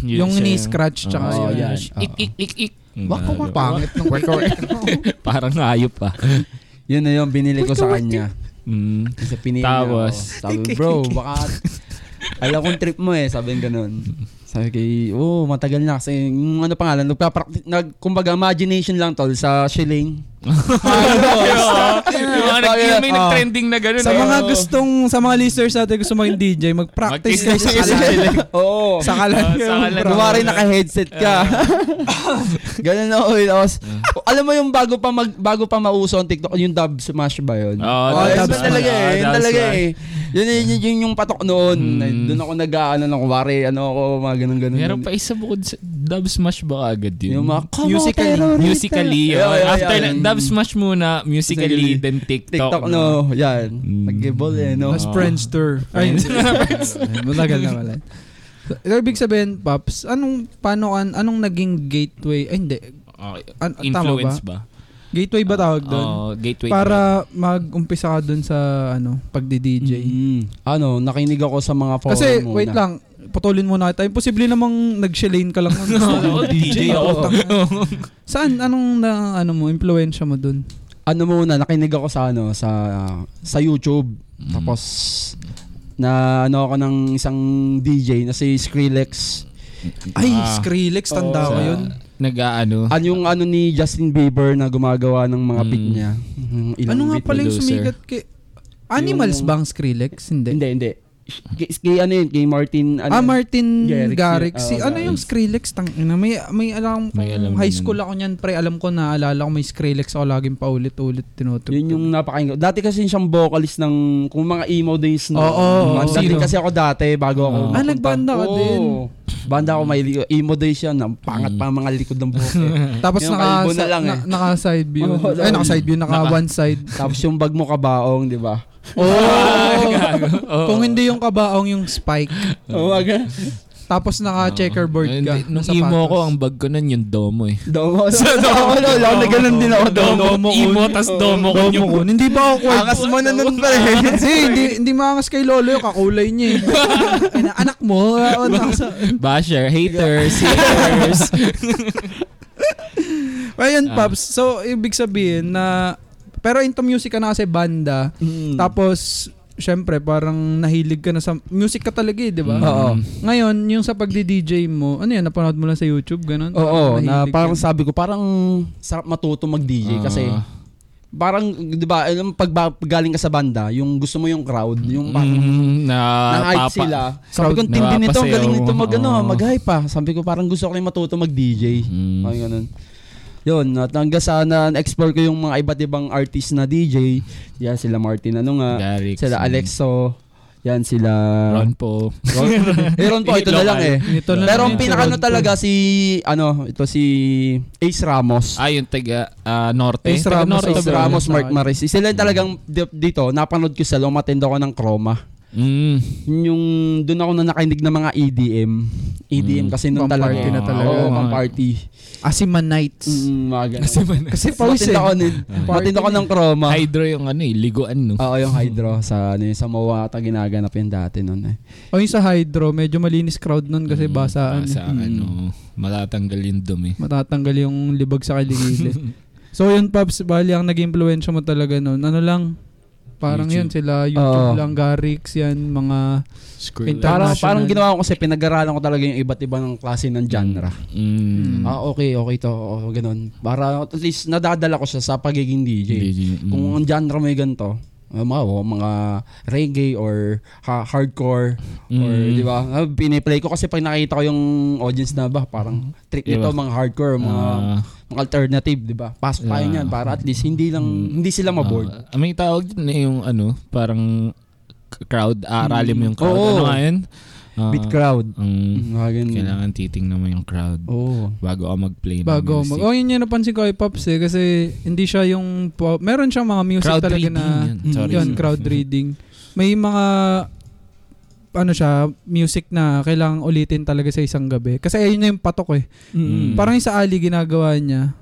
Yun
yung
siya.
ni-scratch tsaka
Oo,
yun.
yan.
Ik, ik, ik, ik.
Wako
Ano?
ka pangit ng
*laughs* Parang hayop pa.
Yun na yun, binili ko sa kanya.
Mm.
Kasi pinili
Tapos,
ako. Sabi, bro, baka alam kong trip mo eh. Sabi ng ganun. Sabi kay, oh, matagal na. Kasi, yung ano pangalan, nagpapraktis, nag, kumbaga, imagination lang tol sa
*laughs*
shilling.
ano, Yung mga nag- yung may
Ah.
nag-trending na gano'n.
Sa
eh.
mga
Oo.
gustong sa mga listeners natin gusto maging DJ, mag-practice kayo sa kalan.
ah. *laughs* Oo.
sa kalan.
Ah,
kayo,
sa kalan.
bro.
Kumari naka-headset ka.
Ah.
*laughs* Ganun na oil. Tapos, alam mo yung bago pa mag, bago pa mauso ang TikTok, yung dub smash ba yun?
Oo,
Oh,
that's
yun
right.
talaga eh.
Oo,
Yun
that's
talaga
right.
eh. Yun, yun, yun, yun yung patok noon.
Ah, Hmm.
Doon ako nag-ano na kumari, ano ako, mga ganun-ganun.
Meron pa isa bukod sa Dub Smash ba agad yun?
Yung mga, "Come on,
musically.
terrorista."
Musically.
Yeah,
oh.
yeah,
After
yeah.
na- Dub Smash muna, musically,
Musically.
then TikTok.
TikTok no. Yan.
Hmm.
Nag-gibble eh, no?
Mas Friendster.
*laughs*
Ay, *laughs* matagal na wala. So, Ibig sabihin, Paps, anong paano an, anong naging gateway? Ay, hindi.
Okay.
An- tama ba?
Influence ba?
Gateway ba tawag doon?
Oo, gateway.
Para mag-umpisa ka doon sa ano, pagdi-DJ.
Mm. Ano, nakinig ako sa mga forum
Kasi,
muna.
wait lang, putulin muna tayo. Posible namang nag-shillane
*laughs*
ka lang.
drug. Oo, DJ ako. *laughs*
Saan? Anong na, ano mo, impluensya mo doon?
ano muna, nakinig ako sa ano sa sa YouTube.
Mhm.
Tapos na ano ako ng isang DJ na si Skrillex.
Ay,
Ah.
Skrillex, tanda
Oo.
ko
Sa-
yun.
Nag-ano?
Ano yung ano ni Justin Bieber na gumagawa ng mga
Ah. Mm.
beat niya. Mm, ilang
Ano nga
beat
pala yung
producer.
sumigat kay... Animals
Yung-
bang Skrillex?
na-
Hindi.
Hindi, hindi. Kay, kay ano yun, kay Martin. Ano,
ah, Martin
Garrix
Garrix.
yun.
Si,
Oo,
ano
Garrix.
yung Skrillex? Tang, ina, may, may alam kong
May alam
high
din
school ako niyan, pre. Alam ko na, alala ko may Skrillex ako laging paulit-ulit tinutugtog.
Yun yung napakaingay. Dati kasi siyang vocalist ng kung mga emo days na.
Oo, oo,
Ang
oo.
dati
Sino?
kasi ako dati bago ako.
Ah,
mapunta.
nagbanda ka
Oo.
din.
Banda ako may emo days yan. Ang
Mm.
pangat pa ang mga likod ng buhok. eh.
*laughs*
Tapos
Yung
naka,
kalbo na lang
na-
eh.
naka-side view.
Oo,
Ay,
oo.
naka-side view, naka,
Oh, Naka-
one
*laughs*
side.
Tapos yung bag mo kabaong, di ba?
Oh!
Gago. *laughs* Oh. Oo.
Kung hindi yung kabaong yung spike.
Oo, aga.
Tapos naka-checkerboard
Ah,
ka.
hindi. Nung
sa
emo
patas.
ko, ang bag ko nun yung domo eh.
*laughs*
*laughs*
Domo. Domo. Domo. Nagganon din ako. Domo. Oh.
Domo, emo, tas domo ko
Domo
*laughs*
ko. Hindi ba awkward?
Angas mo na nun pa rin.
Kasi *laughs* hindi, hindi maangas kay lolo yung kakulay niya eh. Ay,
*laughs*
na- Anak mo. ah, nasa-
Basher, haters, *laughs* haters.
Ayun,
Ah.
Paps. So, ibig sabihin na... Pero into music ka na kasi banda.
Mm.
Hmm.
Tapos, syempre, parang nahilig ka na sa... Music ka talaga eh, di
Mm.
ba?
Oo.
Ngayon, yung sa pagdi-DJ mo, ano yan, napanood mo lang sa YouTube, ganun?
Oo,
Parang
na
nahilig
parang
ka.
sabi ko, parang sarap matuto mag-DJ kasi
Ah.
parang, di ba, alam, pag, ba- pag galing ka sa banda, yung gusto mo yung crowd, yung parang
Mm, na
na-hype
papa.
sila. Sabi ko,
Crowd
"Ang tindi nito, ang
napapasayaw."
galing nito mag, ano,
Oo.
mag-hype ah. Sabi ko, parang gusto ko rin matuto mag-DJ.
Mm.
Parang ganun. Yun, at hanggang sa na-explore ko yung mga iba't ibang artist na DJ. Yan, sila Martin, ano nga.
Garrix.
Sila Alexo. Yan sila.
Ron po.
Ron. eh, Ron po, ito na lang eh.
Ito na
Pero
lang
ang
yun, si
pinaka ano
Ron po.
talaga si, ano, ito si Ace Ramos.
Ah, yung taga ah, Norte.
Ace
Taga
Ramos,
Norte
Ace
ba yun?
Ramos,
Sa
Mark
akin.
Maris. Sila yung talagang di- dito, napanood ko sa lumatend ako ng Chroma.
Mm.
Yun Yung doon ako na nakaindig ng mga E EDM. EDM E
Mm.
kasi noon talaga.
Pang-party na talaga.
Oo, pang party.
Asiman Nights.
Mm, mga ganun.
Kasi man,
Kasi pawis
Matindi
eh.
ako, nun. Matindi ako ng Chroma.
hydro yung ano eh, liguan no.
Oo, yung hydro sa ano, yun, sa Moa ata ginaganap yun dati noon eh.
O yung sa Hydro, medyo malinis crowd nun kasi
Mm,
basaan.
Basa,
Mm.
ano, matatanggal yung dumi.
Matatanggal yung libag sa
*laughs*
kaligilid. so yun, Pops, bali ang nag impluwensya mo talaga nun. Ano lang, parang yun
YouTube.
sila, YouTube
Oo.
lang, Garrix yan, mga...
Screw
Inter-
Parang,
International.
parang ginawa ko kasi pinag-aralan ko talaga yung iba't ibang klase ng genre.
Mm.
Ah, okay, okay to. Oh, ganun. Para at least nadadala ko siya sa pagiging DJ.
DJ, mm.
Kung ang genre mo yung ganito, ah, mga, oh, mga reggae or ha- hardcore or
Mm.
di ba? Ah, Piniplay ko kasi pag nakita ko yung audience na ba, parang trip nito
Iba.
mga hardcore, mga,
Mm. Ah,
mga alternative, di ba? Pasok tayo
Yeah. Mm.
niyan para at least hindi lang hindi sila mabored.
ah, may tawag din eh, yung ano, parang k- crowd, aaralin mo yung crowd.
Oo.
Ano nga yun? Ah,
Beat crowd.
mm,
Mm-hmm.
Mm, mga ganun.
kailangan titingnan mo yung crowd
Oo.
bago ka mag-play ng
Oh. Bago
music.
mag... Oh, yun yung napansin ko kay Pops eh. Kasi hindi siya yung... pop- Meron siya mga music
crowd
talaga
reading
na... Mm-hmm.
yun. Sorry.
Yun, crowd
*laughs*
reading. May mga ano siya, music na kailangang ulitin talaga sa isang gabi. Kasi ayun na yung patok eh.
Mm.
Parang yung sa Ali ginagawa niya.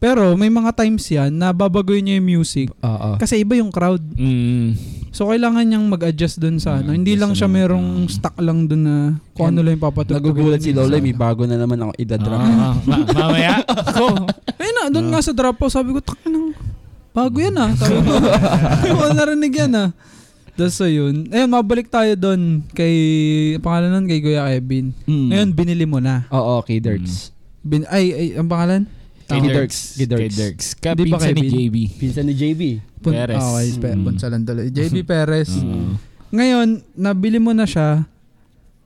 Pero may mga times yan na babagoy niya yung music.
Oo.
Kasi iba yung crowd.
Mm.
So kailangan niyang mag-adjust dun sa ano.
Ah,
Hindi
adjust
lang
sa
siya
mga-
merong stuck lang dun na kung ano lang yung papatutugin.
Nagugulat si Lola, may bago na naman ako idadrop.
Ah, ma-
*laughs*
mamaya. Ako.
Ayun na, doon nga sa drop off, sabi ko, "Taka nang, bago yan ah. Sabi ko, *laughs* yung mga narinig yan ah. Tapos so yun. Ayun, mabalik tayo doon kay, pangalan nun, kay Kuya Kevin.
Mm.
Ngayon, binili mo na.
Oo, okay, Dirks.
Bin, ay, ay, ang pangalan?
Kay Dirks. Kay Dirks.
Kay Dirks. Ka-
Di ba
pinsan
kay
ni
Bin?
JB.
Pinsan ni JB.
Pun-
Perez. Hmm.
Ah, Okay, Pe-
Mm.
Bunsalan tuloy. JB Perez.
Oo.
Ngayon, nabili mo na siya.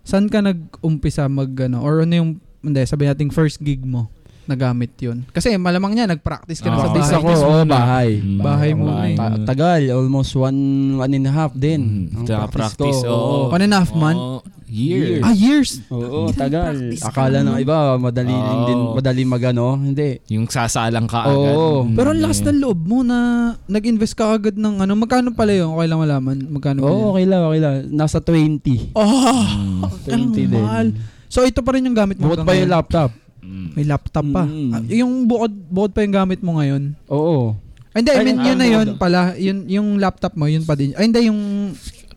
Saan ka nag-umpisa mag, ano, or ano yung, hindi, sabi nating first gig mo nagamit yun. Kasi malamang niya, nag-practice ka na
Ah,
Practice
sa bahay.
ako, oo, bahay.
Mm.
Bahay
ako,
muna eh.
Ta- tagal, almost one, one and a half din.
Hmm.
Mm.
Ang
Tsaka practice,
ko,
oo.
oo.
One and a half month.
Oo, Oh, year.
Ah, years.
Oo, tagal.
Practice ka
Akala ng iba, madali din,
Oo.
din madali magano. Hindi.
Yung sasalang ka agad.
Oo.
Mm.
Pero ang lakas
Mm-hmm.
ng loob mo na nag-invest ka agad ng ano, magkano pala yun? Okay lang malaman.
Oo,
Magkano Ano ba yun?
okay lang, okay lang. Nasa 20.
Oh, *laughs* ang
20 din.
mahal. So ito pa rin yung gamit mo
Bukod
hanggang
pa yung
Ano ngayon?
laptop.
Mm.
May laptop pa.
Mm.
Ah, yung bukod, bukod pa yung gamit mo ngayon.
Oo.
Ay, Hindi, I
Ay,
mean,
ah,
yun na yun
bukod.
pala. Yun, yung laptop mo, yun pa din. Ay, hindi, yung...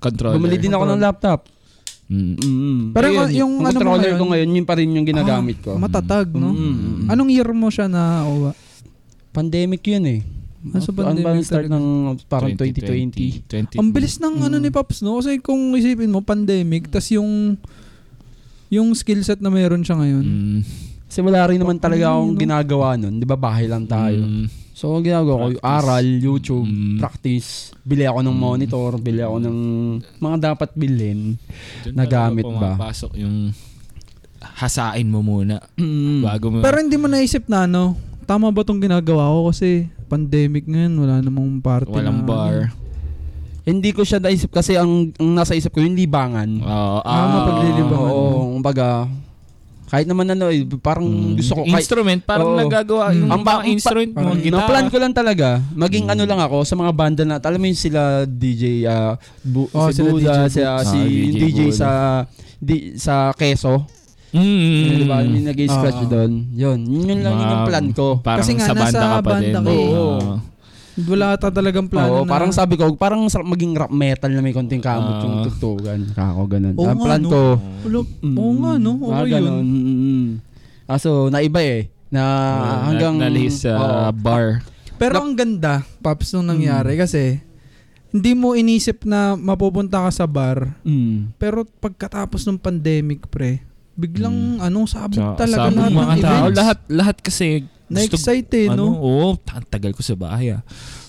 Controller.
Bumili din ako ng laptop. Mm.
Mm.
ano Pero yung- yung ano mo
controller
ngayon-
ko ngayon, yun pa rin yung ginagamit ko.
Ah, Matatag, no?
Mm.
Anong year mo siya na... Oh,
Pandemic yun eh.
Ah,
ano
so
ba yung
pandemic
start
talaga.
ng parang 2020?
2020.
ang bilis ng ano
mm-hmm.
ni Pops, no? Kasi kung isipin mo, pandemic, tas yung... Yung skill set na meron siya ngayon.
Mm.
Kasi wala rin naman talaga akong ginagawa nun. Di ba bahay lang tayo.
Mm.
So ang ginagawa ko, yung aral, YouTube,
Mm.
practice. Bili ako ng monitor, bili ako ng mga dapat bilhin.
Doon
Nagamit
talaga
ba?
Pumapasok yung hasain mo muna bago mo.
Hmm. Pero hindi mo naisip na ano, tama ba tong ginagawa ko kasi pandemic ngayon, wala namang party
walang
na.
bar.
Hindi ko siya naisip kasi ang, ang nasa isip ko yung libangan.
Oo.
Ah, mapaglilibangan.
Oo, kumbaga, kahit naman ano, eh, parang
Mm.
gusto ko kahit...
Hmm. Instrument,
Oo.
parang nagagawa
Hmm.
yung
Ang
ang
ba-
mga instrument mo,
Ang
gitara.
plan ko lang talaga, maging ano lang ako sa mga banda na, alam mo yun sila DJ ah, Bu-
Oh,
si
sila
Buda,
DJ
si, ah, si
Ah, DJ
DJ,
Buda.
sa di, sa Quezon.
Mm.
Di
Diba?
ba? Diba? Yung nag-scratch
Ah.
doon. Yun. Yun yung lang yun yung
Wow.
plan ko.
Parang
Kasi nga,
sa banda
nasa
ka pa din.
banda ka eh.
Oo.
Wala ata talagang
Oo,
plano na.
parang sabi ko, parang sarap maging rap metal na may konting kamot
Ah.
yung tugtugan. Kako, ganun.
Oo
Ang
nga,
plan
no?
ko.
Wala,
mm,
oo nga, no?
mga
Okay yun.
ganun, mm, mm. Ah, so, naiba eh. Na
Ah,
hanggang...
nalihis sa
Oo.
bar.
Pero ang ganda, Paps, nung nangyari
Mm.
kasi hindi mo inisip na mapupunta ka sa bar.
Mm.
Pero pagkatapos ng pandemic, pre, biglang ano, sabog
Mm. Sa-
talaga
sabog
lahat ng
mga tao.
events.
Lahat, lahat kasi gusto-
Na-excited,
ano,
no?
Oo, ang tagal ko sa bahay ah.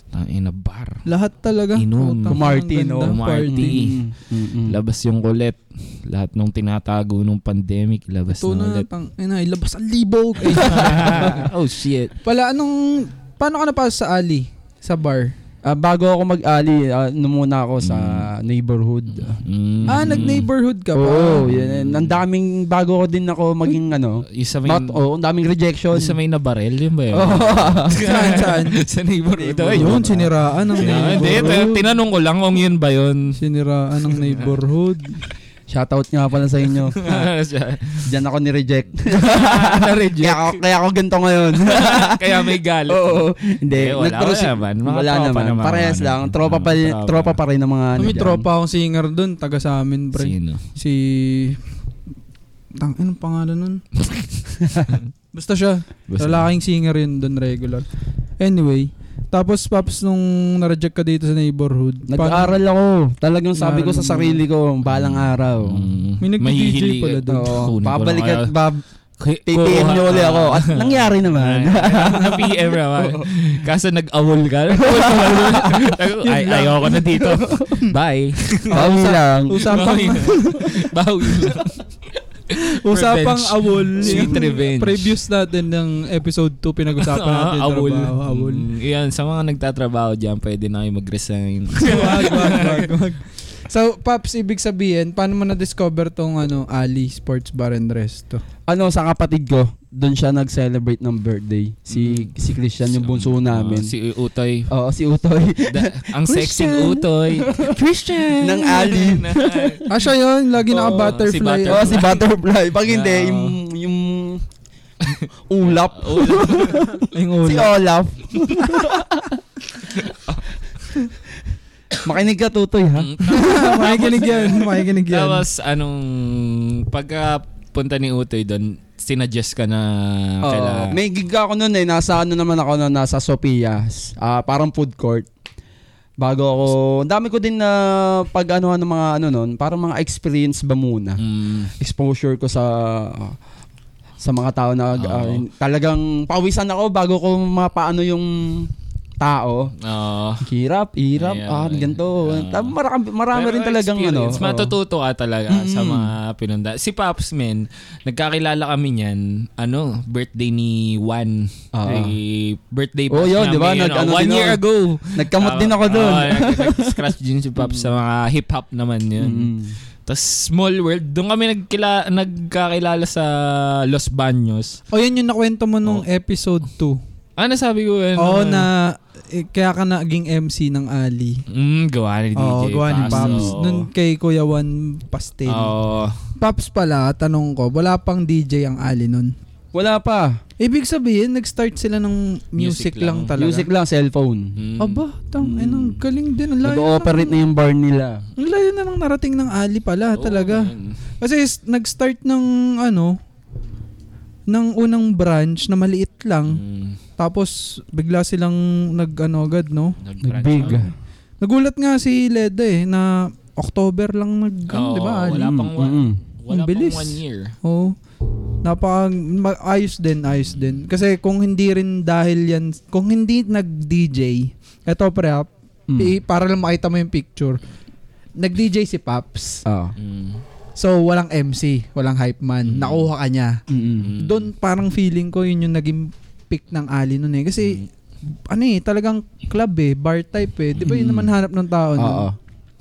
Tangina bar.
Lahat talaga.
Inom.
Putang
Kumarty,
ang
no?
ganda.
Kumarty.
Party.
Mm, mm, mm. *laughs*
Labas yung kulit. Lahat nung tinatago nung pandemic, labas na
Ito na, Ah,
ulit.
tang, ina, ilabas ang libo.
*laughs*
Eh,
oh shit.
Pala, anong, paano ka napasok sa Ali? Sa bar?
Ah, bago ako mag-ali, uh, muna ako sa neighborhood.
Mm.
Ah, nag-neighborhood ka pa.
Oo, yun. eh, Ang daming bago ko din ako maging ano.
Isa may,
Not, oh, ang daming rejection.
isa may nabarel yun ba yun? *laughs*
Oh.
Saan, saan?
sa neighborhood.
Ito, yun, siniraan ng
Ah, Hindi,
neighborhood.
pero tinanong ko lang kung yun ba
*laughs*
yun.
Siniraan ng neighborhood.
Shoutout nga pala sa inyo. Diyan ako ni-reject.
Na-reject.
kaya, ako, kaya ako ganito ngayon.
Kaya may galit.
Oo, hindi.
Eh, wala,
Nagpros-
wala naman. Mga
wala
tropa
naman.
naman,
Parehas
ano.
lang. Tropa pa,
Tropa.
tropa pa rin ng mga ano
May
dyan.
tropa akong singer doon, taga sa amin, pre.
Sino?
Si... Tang, anong pangalan nun? Basta siya.
Basta.
Lalaking singer yun doon regular. Anyway, tapos paps nung na-reject ka dito sa neighborhood. parang-
*laughs* Nag-aaral ako. Talagang sabi ko sa sarili ko, balang araw.
Mm,
May nagdi-DJ
mahihili-
pala doon.
Oo,
Kunin ko na kaya.
pabalikan, bab,
K-
PPM
kuha-
niyo ulit ako.
*laughs*
At nangyari
Ay,
naman.
Na-PM naman. Kaso nag-awol ka. Ay, ayoko na dito. Bye.
*laughs* Bawi lang.
Usapang,
*laughs* Bawi lang.
usapang
Revenge.
awol.
Sweet
Yung
revenge.
Previous natin ng episode 2, pinag-usapan natin.
Ah, awol.
trabaho, awol.
Mm, yan, sa mga nagtatrabaho dyan, pwede na kayo mag-resign.
*laughs* wag, wag, wag, wag. So, Paps, ibig sabihin, paano mo na-discover tong ano, Ali Sports Bar and Resto?
Ano, sa kapatid ko, doon siya nag-celebrate ng birthday. Si si Christian yung bunso namin.
Ah, si Utoy.
Oo, si Utoy.
Da- ang sexy
Christian. *laughs*
Utoy.
Christian! Ng Ali.
*laughs*
*laughs*
Ah, siya yun. Lagi
Oo, Oh,
Oh,
si
naka-butterfly.
Butterfly.
Oo, Oh, si Butterfly. Pag hindi,
Oo.
yung, yung *laughs* ulap. si
Yung ulo.
Olaf. Makinig ka, Tutoy, ha?
oh, *laughs* Makikinig yan. Makikinig yan.
Tapos anong pagka punta ni Utoy doon, sinadjust ka na
Oo,
kaila.
may gig ako noon eh. Nasa ano naman ako noon, nasa Sofia's. Ah, parang food court. Bago ako, ang dami ko din na pag ano ng mga ano noon, parang mga experience ba muna.
Mm,
Exposure ko sa sa mga tao na
Oo.
ah, talagang pawisan ako bago ko mapaano yung tao.
oo.
Hirap, hirap,
Ayan,
ah,
ayan.
ganito.
Ah.
marami, marami
Pero
rin talagang ano.
experience,
oo.
Matututo ka talaga sa mga pinunda. Si Pops, men, nagkakilala kami niyan, ano, birthday ni Juan.
Ah.
Ay, birthday
Oh,
bash
yun,
namin,
di ba?
yun,
Nag-
oh,
ano
one
din
year
ako.
ago.
Nagkamot
Ah,
din ako doon.
ah, nag- Nag-scratch din si Pops sa
*laughs*
mga hip-hop naman yun.
Mm.
Tapos small world, doon kami nagkila, nagkakilala sa Los Baños.
O yun yung nakwento mo nung episode 2.
Ano sabi ko Oh. yun?
Oo na eh, kaya ka naging MC ng Ali.
Mm, gawa ni DJ
Oo, gawa ni
Pops.
Paps.
Oo.
Nun kay Kuya Juan Pastel.
Oo.
Paps pala, tanong ko, wala pang DJ ang Ali nun.
Wala pa.
Ibig sabihin, nag-start sila ng
Music
music, lang.
lang.
talaga.
Music lang, cellphone.
Mm.
Aba, tang, eh, ang galing din. Ang layo
Nag-ooperate na yung bar nila.
Ang layo na lang narating ng Ali
Mm.
pala,
Oo,
talaga.
man.
Kasi s- nag-start ng ano, ng unang branch na maliit lang.
Mm.
Tapos bigla silang nag ano agad, no?
Nag-big.
Nagulat nga si Leda eh na October lang nag,
Oo,
di ba? Ali?
wala pang one,
Mm-mm.
wala
Ang bilis.
pang one year.
Oo. Napaka ma- ayos din, ayos din. Kasi kung hindi rin dahil yan, kung hindi nag-DJ, eto pre, ah,
Mm.
pi- para lang makita mo yung picture. Nag-DJ si Paps.
Ah.
Mm.
So, walang MC, walang hype man. Nakuha ka niya.
Mm-mm.
Mm.
Doon parang feeling ko yun yung naging pick ng Ali noon eh. Kasi, ano eh, talagang club eh, bar type eh. Di ba yun naman hanap ng tao nun?
Oo.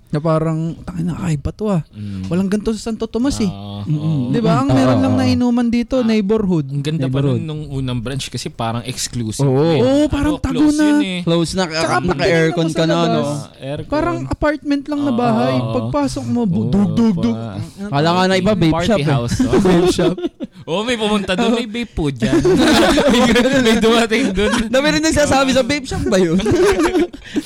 Na parang, tangin na, ay, ba to ah?
Mm.
Walang ganito sa Santo Tomas eh.
Oo,
Mm-mm.
oo.
Di ba? Ang
Oo,
meron lang
oo.
na inuman dito, neighborhood.
Ang ganda pa
Neighborhood.
nun nung unang branch kasi parang exclusive.
Oo.
eh.
Oo, parang
Ano,
tago
close
na.
yun eh.
Close na,
Tsaka pag
naka-aircon ka na,
tinignan mo sa
no?
labas,
Ah, aircon.
Parang apartment lang na
Oo,
bahay.
oo.
Pagpasok mo, bu-
Oo,
dug, dug,
pa.
dug.
Kala nga na iba, vape
Party
shop eh.
house. to.
*laughs* Vape shop.
Oo, may pumunta doon. May vape po
*laughs*
dyan. may, may dumating doon.
*laughs* Na meron nagsasabi sa vape shop ba yun?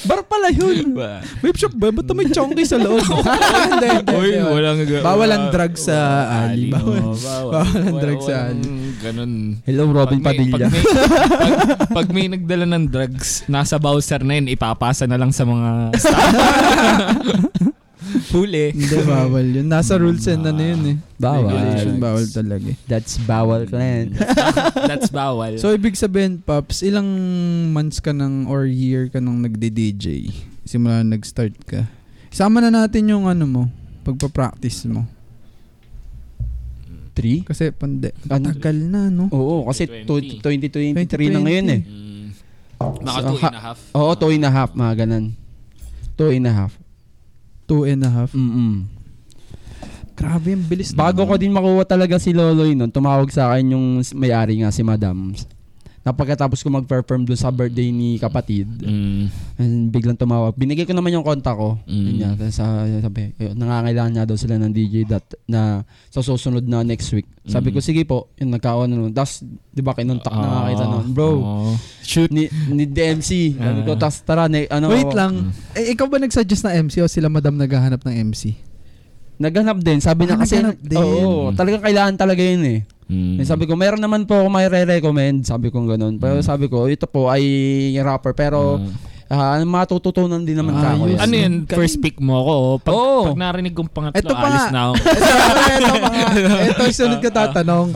Bar pala yun.
Vape shop ba? Ba't may chonky sa loob? Hindi, hindi,
Uy,
hindi.
walang...
Bawal ang drugs sa Ali.
Bawal, Oo,
Bawal.
oh, bawal.
Bawal ang drugs sa
Walang
Ali.
Ganun.
*laughs* Hello, Robin Padilla.
Pag may, pag, pag may nagdala ng drugs, nasa bowser na yun, ipapasa na lang sa mga
*laughs*
staff. Huli.
Hindi, bawal yun. Nasa rules and ano yun eh. Regulation,
Bawal.
bawal talaga eh.
That's bawal ka yan.
That's bawal.
So, ibig sabihin, Paps, ilang months ka nang or year ka nang nagdi-DJ? Simula nung nag-start ka. Sama na natin yung ano mo, pagpa-practice mo.
Three?
Kasi, pande,
Ano?
tagal na, no?
Oo, kasi
2020.
2023 na ngayon eh.
Mm. Mga
So,
2
ha-
and a half.
Oo, two and a half, mga ganun. Two and a half.
Two and a half.
Mm-mm.
Grabe, ang bilis.
Bago ko din makuha talaga si Loloy nun, tumawag sa akin yung may-ari nga si Madam. Napagkatapos ko mag-perform doon sa birthday ni kapatid,
Mm.
and biglang tumawag. Binigay ko naman yung konta ko.
Mm.
Yun nga, tapos sa, sabi, eh, nangangailangan niya daw sila ng DJ that, na sa susunod na next week. Sabi
Mm. Ah.
ko, sige po, yung nagkaon na nun. Tapos, di ba, kinuntak na nga kita nun. Bro,
Oo.
shoot. Ni, ni DMC. Sabi
Ah.
ko, tas tara, ne, ano,
Wait lang. Eh, ikaw ba nagsuggest na MC o sila madam naghahanap ng
Eh,
MC?
Naghanap din. Sabi na
Ah,
kasi,
naghanap din.
oo, talagang kailangan talaga yun eh.
Mm. Mm.
Eh, Sabi ko, meron naman po ako may re-recommend. Sabi ko ganun. Pero sabi ko, ito po ay rapper. Pero ah, matututunan din naman
Ah,
ako
yun.
yan.
Ano Mm. yun? First pick mo ako. oh. Pag,
Oo.
pag narinig kong pangatlo,
Ito pa
alis
nga.
na
*laughs*
ako.
ito, mga, *laughs* ito yung
Ah,
sunod ka tatanong.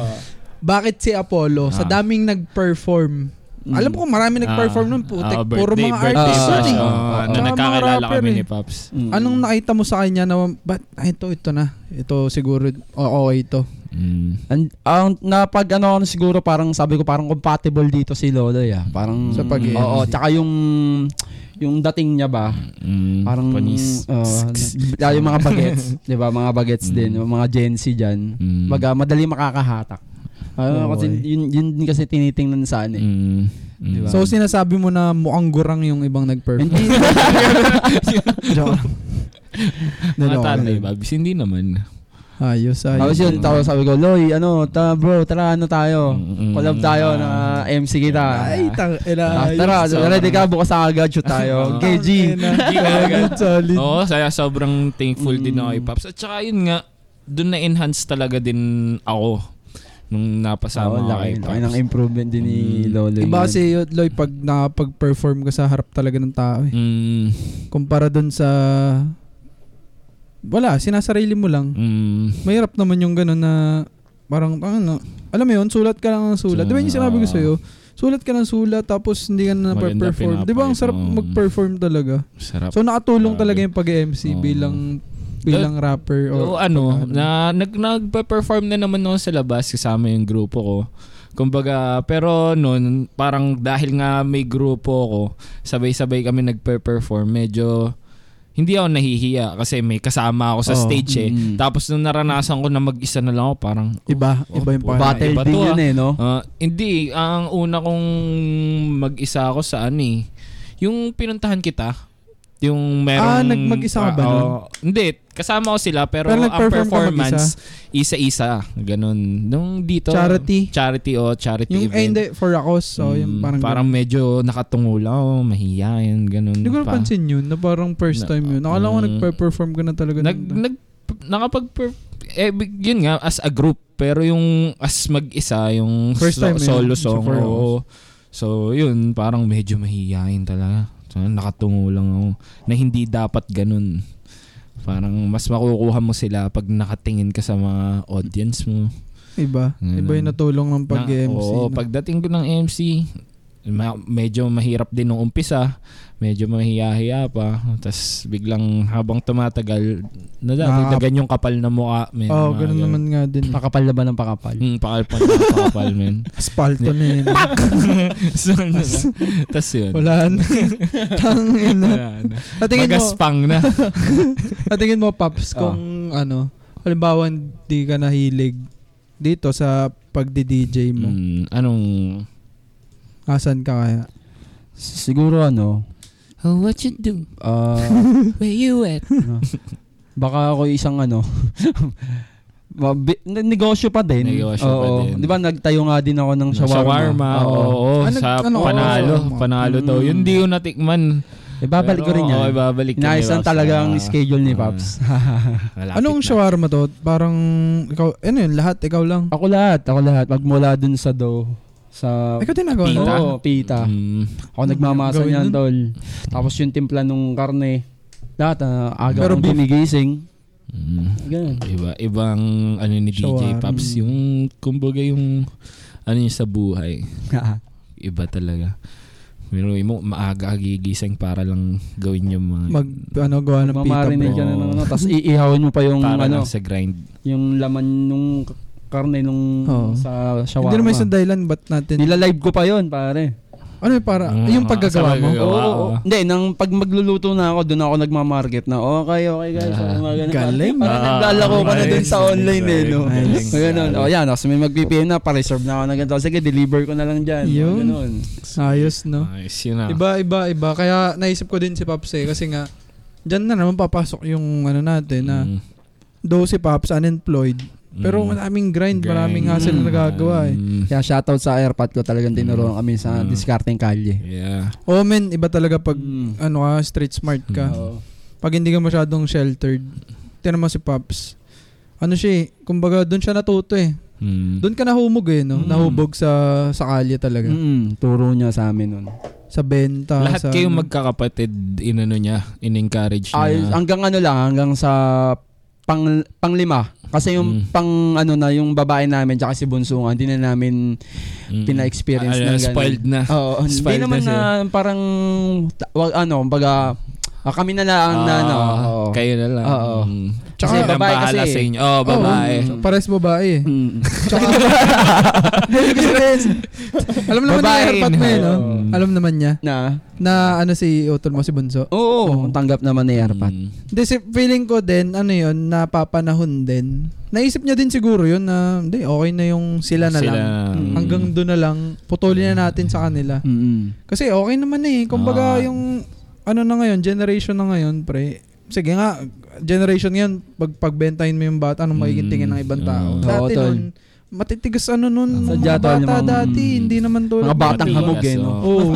Bakit si Apollo? Sa
Ah.
daming nag-perform.
Mm.
Alam ko marami nag-perform nun. Putik,
Ah,
puro
birthday,
mga
birthday
artist.
bash,
yun eh.
Ah,
oh,
Ah,
na
mga
nagkakilala
rapper
kami
eh.
ni Pops.
Mm.
Anong nakita mo sa kanya na, but ah, ito, ito na. Ito siguro, oo, ito.
Mm.
And, ang napag ano ano siguro parang sabi ko parang compatible dito si Lolo ya. Parang
Sa pag-
Oo, tsaka yung yung dating niya ba
Mm.
parang
Panis.
oo, ah, yung mga bagets, 'di ba? Mga bagets din, yung mga Gen Z diyan.
Mm.
Mag, ah, madali makakahatak. Ah,
Oo,
kasi
eh.
yun, yun din kasi tinitingnan sa ano eh.
Mm. Mm.
Diba?
So sinasabi mo na mukhang gurang yung ibang nag-perform.
Hindi
Joke.
Mga
Naloka
tatay,
lang.
Babs, hindi naman.
Ayos,
Tapos
ayos.
yun, tapos sabi ko, Loy, ano, ta, bro, tara, ano tayo?
Mm,
Collab tayo
*laughs*
na MC kita.
Ay, tang, ina,
Ah,
ayos.
tara,
so-
ready ka, bukas sa agad shoot
*laughs*
tayo. Okay, G.
G
Solid, solid.
*laughs* Oo, saya sobrang thankful din ako kay
Mm.
Pops. At saka yun nga, doon na-enhance talaga din ako nung napasama
Oo,
ako
laki,
kay
laki
Pops.
ng improvement din ni
Mm.
Lolo.
Iba
yun.
kasi yun, Loy, pag nakapag-perform ka sa harap talaga ng tao eh.
Mm,
Kumpara dun sa... Wala, sinasarili mo lang.
mm,
Mahirap naman yung gano'n na parang, ano, alam mo yun, sulat ka lang ng sulat. Di ba yun yung sinabi ko sa'yo? Sulat ka ng sulat tapos hindi ka na
Maganda
perform Di ba ang sarap
pinapay- oo.
mag-perform talaga?
sarap.
So nakatulong
Grabe.
talaga yung
Oo.
pag-MC bilang bilang rapper
Oo,
or
ano,
pag-
na nag nagpa-perform na naman noon sa labas kasama yung grupo ko. Kumbaga, pero noon parang dahil nga may grupo ko, sabay-sabay kami nagpe-perform, medyo hindi ako nahihiya kasi may kasama ako sa
Oo.
stage eh.
Mm.
Tapos nung naranasan ko na mag-isa na lang ako, parang
iba,
Oh,
iba yung
po.
parang.
Battle
Iba to,
din yun
ah.
eh, no?
Ah, hindi, ang una kong mag-isa ako sa ano eh. Yung pinuntahan kita, yung merong...
Ah, nag- mag-isa ka ba
Ah,
nun?
oo. hindi, kasama ko sila pero,
Pero
ang
nag-perform ka
performance, isa-isa. Ganun. Nung dito...
Charity.
Charity o charity
Yung eh,
event.
hindi, for a cause. So,
Mm,
yung parang,
parang medyo nakatungulaw, mahiya, yun, ganun.
Hindi ko
pa.
napansin yun na parang first
Na-
time yun. Nakala ko
Mm.
nagpe-perform ka na talaga.
Nag,
nun.
nag, nakapag... Eh, big- yun nga, as a group. Pero yung as mag-isa, yung
First
so-
time yun.
solo
So,
song.
for-
oo. So, yun, parang medyo mahihiyain talaga. So, nakatungo lang ako na hindi dapat ganun. Parang mas makukuha mo sila pag nakatingin ka sa mga audience mo.
iba.
Ganun.
Iba yung natulong ng
Na-
pag-MC.
Oo,
na-
pagdating ko ng MC, ma- medyo mahirap din nung umpisa. Medyo mahiya-hiya pa. Tapos biglang habang tumatagal, nadadagdagan yung kapal na mukha. men. Mga
Oo, ganun naman nga din.
Pakapal na ba ng pakapal?
Mm, pakalpan na kapal, men. *laughs*
Aspalto na yun.
so, Tapos yun.
*laughs* Wala
*laughs*
na. Tangin na.
Wala na.
Patingin mo,
Magaspang na.
patingin mo, Paps,
Ah.
kung ano, halimbawa hindi ka nahilig dito sa pagdi-DJ mo,
Mm, anong...
asan ka kaya?
Siguro ano,
Oh, what you do?
ah,
*laughs* Where you at?
ano, baka ako isang ano, *laughs* mabi- n- negosyo pa din.
Negosyo pa
Oo.
din.
Di ba, nagtayo nga din ako ng shawarma.
Shawarma. Oo,
Ah, nag-
sa
ano,
panalo.
oo.
Panalo daw.
Mm.
Yun di ko natikman.
Ibabalik Eh, ko rin yan.
Oo, ibabalik ko
Inayos lang talaga ang schedule ni Paps.
Ah.
Anong shawarma to? Parang, ikaw, ano yun, lahat, ikaw lang.
ako lahat, ako lahat. Magmula dun sa do, sa
Ikaw din nagawa.
Pita.
nun?
Oo, pita.
Mm,
Ako
Ano
nagmamasa
gawin
niyan,
nun?
tol. Tapos yung timpla nung karne, lahat, ah, aga
Pero
akong
beef- *laughs*
gumigising. Ganun.
mm. Iba, ibang ano ni DJ
Shawarma.
Pops. Yung, kumbaga yung, ano yung sa buhay.
Ah,
Iba talaga. Pero mo, maaga gigising para lang gawin yung mga...
Mag, ano, gawa ng pita,
Mamarinig
bro.
ka na ng
bro.
ano, tapos iihawin mo pa yung
para
ano,
lang sa grind.
yung laman nung k- karne nung
Oo.
sa shawarma.
Hindi naman isang dahilan, ba't natin
Nilalive ko pa yon pare.
Ano yung para,
Mm,
yung paggagawa
sa
mo?
paggagawa.
Oo,
Wow.
oo. Hindi, nang pag magluluto na ako, doon ako nagmamarket na, okay, okay guys.
Ah,
Uh, mga ganun.
galing.
Parang
Ah,
naglalako ko na
nice,
doon sa
nice,
online eh, no?
nice.
Ganun. O yan, kasi may mag-PPM na, pa-reserve na ako na ganito. Sige, deliver ko na lang dyan. mga
Yun.
Ganun.
Ayos, no?
Nice, yun ah. na.
Iba, iba, iba. Kaya naisip ko din si Paps eh, kasi nga, dyan na naman papasok yung ano natin na,
Mm,
though si Paps unemployed, pero
mm.
maraming grind,
Grind.
maraming hassle na nagagawa eh.
Mm,
Kaya shoutout sa airpot ko talagang tinuruan kami sa
Mm.
discarding kalye.
Yeah.
Oh men, iba talaga pag
Mm.
ano ka, street smart ka.
Mm.
Oo.
Pag hindi ka masyadong sheltered, tinan mo si Paps. Ano siya eh, kumbaga doon siya natuto eh.
Mm.
Doon ka nahumog eh, no?
Mm.
Nahubog sa sa kalye talaga.
Mm, turo niya sa amin nun.
Sa benta.
Lahat
sa, ano?
kayo magkakapatid, inano niya, in-encourage niya.
Ay,
na-
hanggang ano lang, hanggang sa pang panglima. Kasi yung
Mm.
pang ano na yung babae namin tsaka si Bunso nga, hindi na namin
Mm.
pina-experience
Ah,
ng ganun.
Spoiled na.
Oo, *laughs* hindi
Spoiled
naman
na
na, parang ta- wag ano, baga ah, kami na lang na
Ah,
ano. oo.
Kayo na lang.
Oo.
Mm.
Tsaka
Kasi
babae
bahala
kasi.
sa inyo. Oh,
Oo,
babae.
so, Pares babae eh.
Mm.
Alam
Babae.
naman niya yung airpot na yun, no?
eh.
Oo.
Mm.
Alam naman niya
na.
na ano si Utol mo, si Bunso.
Oo, tanggap naman ni Erpat.
Mm.
Hindi, si feeling ko din, ano yun, napapanahon din. Naisip niya din siguro yun na, hindi, okay na yung sila na lang.
Mm.
Hanggang doon na lang, putulin na natin sa kanila.
Mm.
Kasi okay naman eh. Kumbaga
Ah.
yung ano na ngayon, generation na ngayon, pre. Sige nga, generation ngayon, pag pagbentahin mo yung bata, anong magiging
Mm.
tingin ng ibang tao?
Oo.
Dati
Oo, tol.
nun, matitigas ano nun,
Sadya,
mga
tol,
bata
yung mga-
dati,
Mm.
hindi naman tulad.
Mga batang
Matigas,
hamog eh, no? *laughs*
oh.
Oo.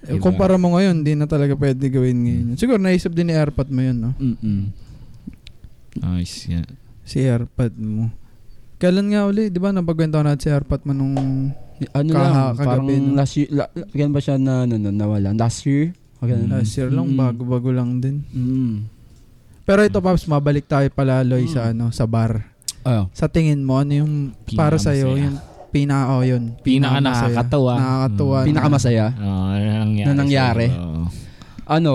Diba?
Kumpara mo ngayon, hindi na talaga pwede gawin ngayon.
Hmm.
Siguro naisip din ni Airpod mo yun, no?
Mm.
Nice, yeah.
Si Airpod mo. Kailan nga uli, di ba, napagkwento ko natin si Airpod mo nung...
Ano
Kaha-
lang, parang
kagabi, no?
last year, la, la- ganun ba siya na ano, nun, nawala? Last year? O ganun.
Last year lang,
Mm.
bago-bago lang din.
Mm.
Pero ito, Paps, mabalik tayo pala, Loy,
Hmm.
sa ano, sa bar.
Ayun.
sa tingin mo ano yung para sa iyo
Pinakamasaya.
yung pinaka oh, yun
Pinaka
pinakamasaya.
nakakatawa.
nakakatawa
Mm.
na-
Hmm. Pinakamasaya.
Oh, ano nangyari?
Na nangyari?
sa'yo? Oo.
Ano?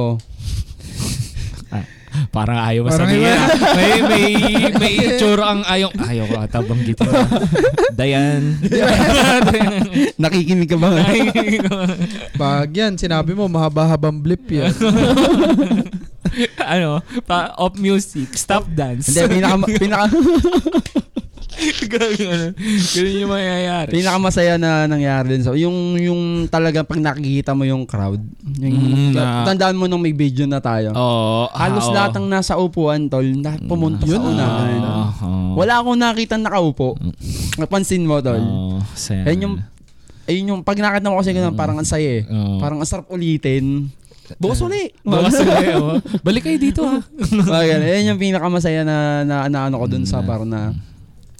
Parang ayaw mo
*laughs*
Parang
sabihin.
iba.
ah. may, may, may itsura ang ayaw. Ayaw ko ata banggitin. Dayan.
Nakikinig ka ba?
pag yan sinabi mo mahaba-habang blip yan
*laughs*
*laughs*
ano? Pa, off music. Stop dance.
Hindi,
*laughs*
pinaka, pinaka,
Ganun, ano. Ganun yung mangyayari.
pinakamasaya na nangyari din sa yung yung talaga pag nakikita mo yung crowd. Yung
Mm, na- Oh,
tandaan mo nung may video na tayo.
Oo.
Halos
oo.
lahat ng nasa upuan tol, na pumunta
Mm, Yun
sa
na. Ah, oh.
unahan.
Oo.
Wala akong nakita nakaupo. Napansin mo tol.
Oo, saya.
Ayun yung ayun yung pag nakita mo kasi ganun parang ang saya eh.
Oo.
Parang ang sarap ulitin. Bukas
Mm. *laughs*
uli.
*laughs*
Bukas ulit, oh. Balik kayo dito ha.
Ayan, ayun yung pinakamasaya na, na, na ano ko dun sa
Mm.
bar na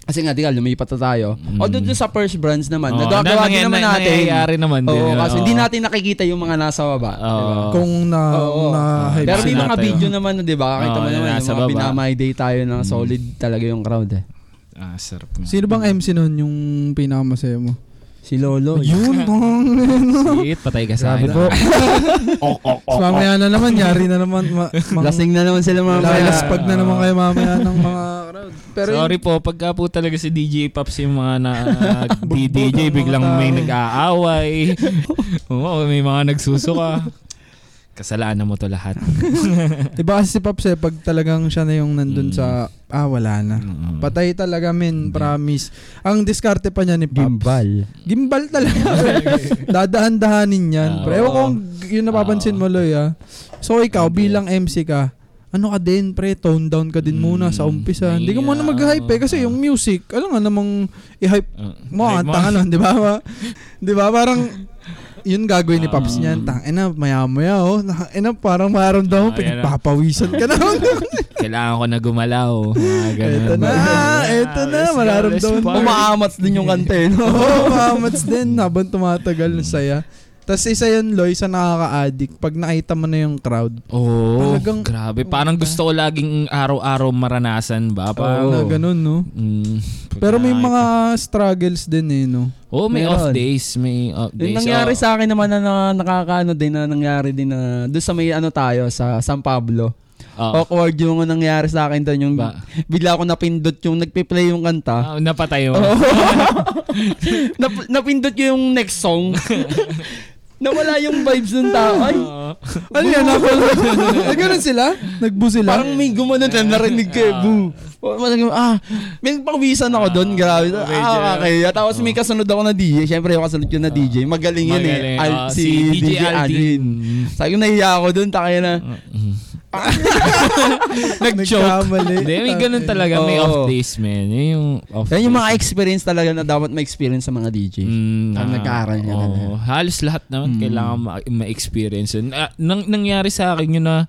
kasi nga, di ka, lumipat na tayo. O doon sa first branch naman,
Oo,
nagagawa din
nangyay-
naman
na-
natin.
Nangyayari naman din. oh.
Oo, kasi
Oo.
hindi natin nakikita yung mga nasa baba.
Oo.
diba?
kung na
Oo.
na hype
Pero may
sila
mga
tayo.
video naman, na, di ba? Kakita
Oo,
mo naman, yung
nasa
mga
baba. Mm.
binamay day tayo ng solid talaga yung crowd eh.
Ah, sarap nga.
sino bang MC noon yung pinakamasaya mo
Si Lolo.
yun
Shit, patay ka sa akin.
grabe
Ah,
po
Ok, ok,
so, mamaya na naman yari na
*laughs*
naman ma, mga
Lasing na naman sila mga
lalaspag na naman kayo mamaya ng
*laughs*
mga crowd pero yun-
Sorry po, pagka po talaga si DJ Pops yung mga na
*laughs*
di-
Bugbog
DJ,
ang mga
biglang may
tao. *laughs*
nag-aaway. Oo, may mga nagsusuka. Kasalanan mo to
*laughs*
lahat.
Diba kasi si Pops eh, pag talagang siya na yung nandun
Mm.
sa, ah wala na.
Mm.
Patay talaga men, promise. Ang diskarte pa niya ni Pops.
Gimbal. *laughs*
Gimbal talaga. Dadahan-dahanin yan.
Oo.
Pero ewan ko kung yun napapansin mo Loy ah. So ikaw bilang MC ka, ano ka din pre, tone down ka din
Mm.
muna sa umpisa. Hindi ka
Yeah.
muna mag-hype eh, kasi yung music, alam nga namang i-hype
Uh,
mo,
ay,
ang tanga nun, di ba? Ma- Di ba? Parang, yun gagawin ni
Ah.
Paps niyan. Tang, ina, maya-maya, oh. Tang, ina, parang
Ah, yan
maramdaman mo,
na.
pinagpapawisan
*laughs*
ka na.
*laughs* Kailangan ko na gumalaw. Mga ganun.
Eto na, eto na,
let's go,
mararamdaman
let's
mo.
party.
Umaamats din yung kanta eh.
*laughs*
no?
Oo, oh, mamats din. Habang tumatagal, ang saya. Tapos isa yun, Loy, sa nakaka-addict. Pag nakita mo na yung crowd,
Oo, Oh,
Talagang-
grabe. Parang gusto ko laging araw-araw maranasan ba? Parang,
na ganun, no?
Mm, pag
Pero may
nakakita-
mga struggles din eh, no?
Oo, Oh, may off
Meron.
days. May off days. Oh,
Yung nangyari
Oo.
sa akin naman na, na nakakaano din na nangyari din na doon sa may ano tayo sa San Pablo.
Ah.
Oo.
awkward yung nangyari sa akin doon. Yung
oh. Ba-
bigla ko napindot yung nagpe-play yung kanta.
Ah, napatay mo.
*laughs* Nap- napindot ko yung next song.
*laughs*
Nawala yung vibes ng tao. Ay,
Ano
*laughs*
yan? Ay, ganun sila? Nagbu sila?
parang may gumanon na narinig ko eh.
Ah.
Boo. Parang, ah, may pagwisan ako doon. Grabe. Ah, okay. At tapos may kasunod ako na DJ. Siyempre, yung kasunod ko na DJ. Magaling yun eh.
Ah. Magaling.
Al-
Ah,
si,
si
DJ,
DJ
Aldrin.
Aldrin. Mm.
Sabi ko, nahiya ako doon. Takaya na.
Nag-choke.
Nagkamali.
Hindi, may ganun talaga. May
Oo.
off days, man. Yun yung off
Yan yung
days.
mga experience talaga na dapat ma-experience sa mga DJ. Ang
Mm, ah,
nag-aaral niya
oo.
na
Halos lahat
Mm.
naman kailangan ma- ma-experience. yun. Ah, nang, nangyari sa akin yun na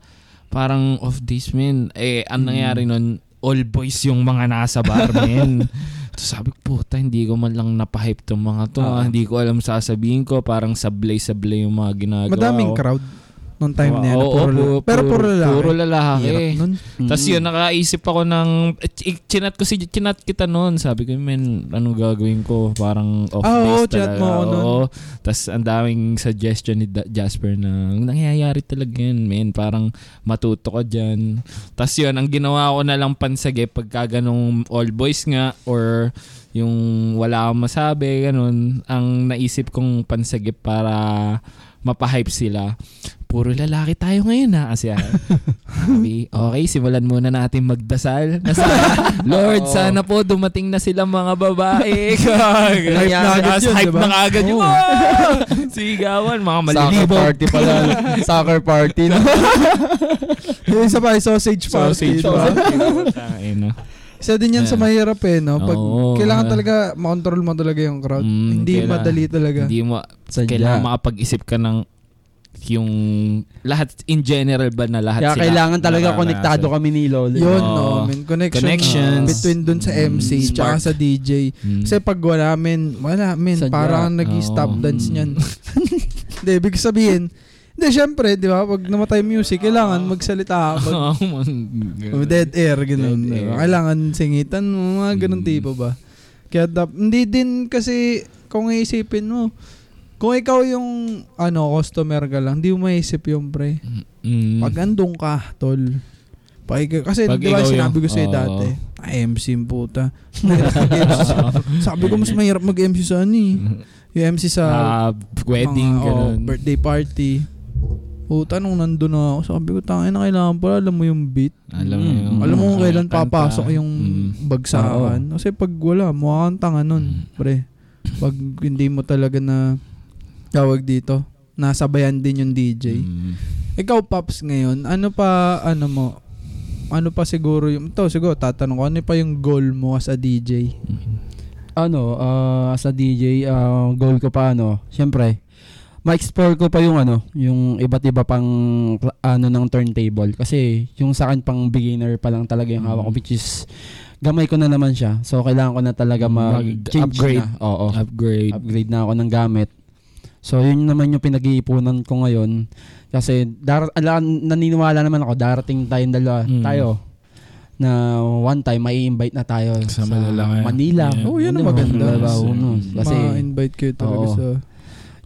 parang off days, man. Eh, ang
Mm.
nangyari nun, all boys yung mga nasa
*laughs*
bar, man. So, sabi ko, puta, hindi ko man lang napahype tong mga to. ah. Hindi ko alam sasabihin ko. Parang sablay-sablay yung mga ginagawa.
Madaming
ko.
crowd nung time na yan.
Oo,
puro,
oo,
lala- pero puro lalaki.
Puro lalaki.
Hirap nun.
Mm.
Tapos
Mm.
yun, nakaisip ako ng, eh, ch- chinat ko si, chinat kita noon. Sabi ko, man, anong gagawin ko? Parang off
Ah, oo,
days
chinat
talaga.
mo ako nun.
Oo. Tapos ang daming suggestion ni Da- Jasper na, nangyayari talaga yan, man. Parang matuto ka dyan. Tapos yun, ang ginawa ko na lang pansage pagka ganong all boys nga or yung wala akong masabi, ganun. Ang naisip kong pansage para mapahype sila. Puro lalaki tayo ngayon ha. Kasi ah, sabi, okay, simulan muna natin magdasal. Na sana- Lord, sana po dumating na sila mga babae.
Hype na agad
Tapos
yun,
hype
diba?
na agad yun.
Oo.
"Ah!" Sigawan, mga
Soccer
malilibo.
party
*laughs*
pala. Soccer party. No?
Yung isa pa, yung sausage party.
Sausage
diba?
ba? Tangin na.
Isa din yan sa
Yeah.
mahirap eh, no? Pag
Oo.
kailangan talaga makontrol mo talaga yung crowd.
Mm,
Hindi
kailangan.
madali talaga.
Hindi mo,
Sadya.
kailangan makapag-isip ka ng yung lahat in general ba na lahat
Kaya
sila eh.
kailangan talaga
nararanasan?
konektado kami ni Lolo.
Yun,
Oo.
no, man. Connection.
Connections.
ah, between dun sa
Mm,
MC, tsaka
spark.
sa DJ.
Mm. *laughs*
Kasi pag wala, men, wala, men.
Sadya.
Parang nag-stop
Oo. Mm.
dance niyan. *laughs* Hindi, ibig sabihin, hindi, syempre, di ba? Pag namatay music, kailangan
*laughs*
magsalita ka. Pag
Oo, man.
Oh, dead air, ganun.
Mm. Dead
diba?
air.
Kailangan singitan mo, mga ganun
Mm.
tipo ba. Kaya dap, hindi din kasi kung iisipin mo, kung ikaw yung ano customer ka lang, hindi mo maisip yung pre.
Mm.
Pag andun ka, tol. Pag, ikaw- kasi
Pag
di ba
ikaw
sinabi ko
yung-
sa'yo
Oo.
dati, ah, MC yung puta. Mahirap
*laughs*
mag-MC sa- Sabi ko mas mahirap mag-MC sa ano eh. Yung MC sa
Mm. Ah, wedding,
mga, oh,
ganun.
birthday party. Puta, nung nandun na ako, sabi ko, tangin na kailangan pala, alam mo yung beat.
Alam mo
Mm.
yung...
Alam mo kung kailan
kanta.
papasok yung
Mm.
Mm-hmm.
bagsakan. Kasi pag wala, mukha kang tanga nun, pre. Pag hindi mo talaga na tawag dito, nasabayan din yung
Mm-hmm.
DJ.
Mm.
Ikaw, Pops, ngayon, ano pa, ano mo, ano pa siguro yung, to siguro, tatanong ko, ano pa yung goal mo as a DJ?
ano, ah, as a DJ, ah, goal ko pa ano, syempre, ma-explore ko pa yung ano, yung iba't iba pang kla- ano ng turntable kasi yung sa akin pang beginner pa lang talaga yung hawak ko which is gamay ko na naman siya. So kailangan ko na talaga mag-change
Mag-upgrade.
na. Oo.
Upgrade.
Upgrade na ako ng gamit. So yun naman yung pinag-iipunan ko ngayon kasi dar ala, naniniwala naman ako darating tayong dalawa
Mm.
tayo na one time mai invite na tayo
Sa
sa,
Manila.
Manila.
Yeah.
Oh, yan ang
Ano,
maganda.
Davao,
Yes.
no? Kasi
Ma-invite kayo talaga
Oo.
sa...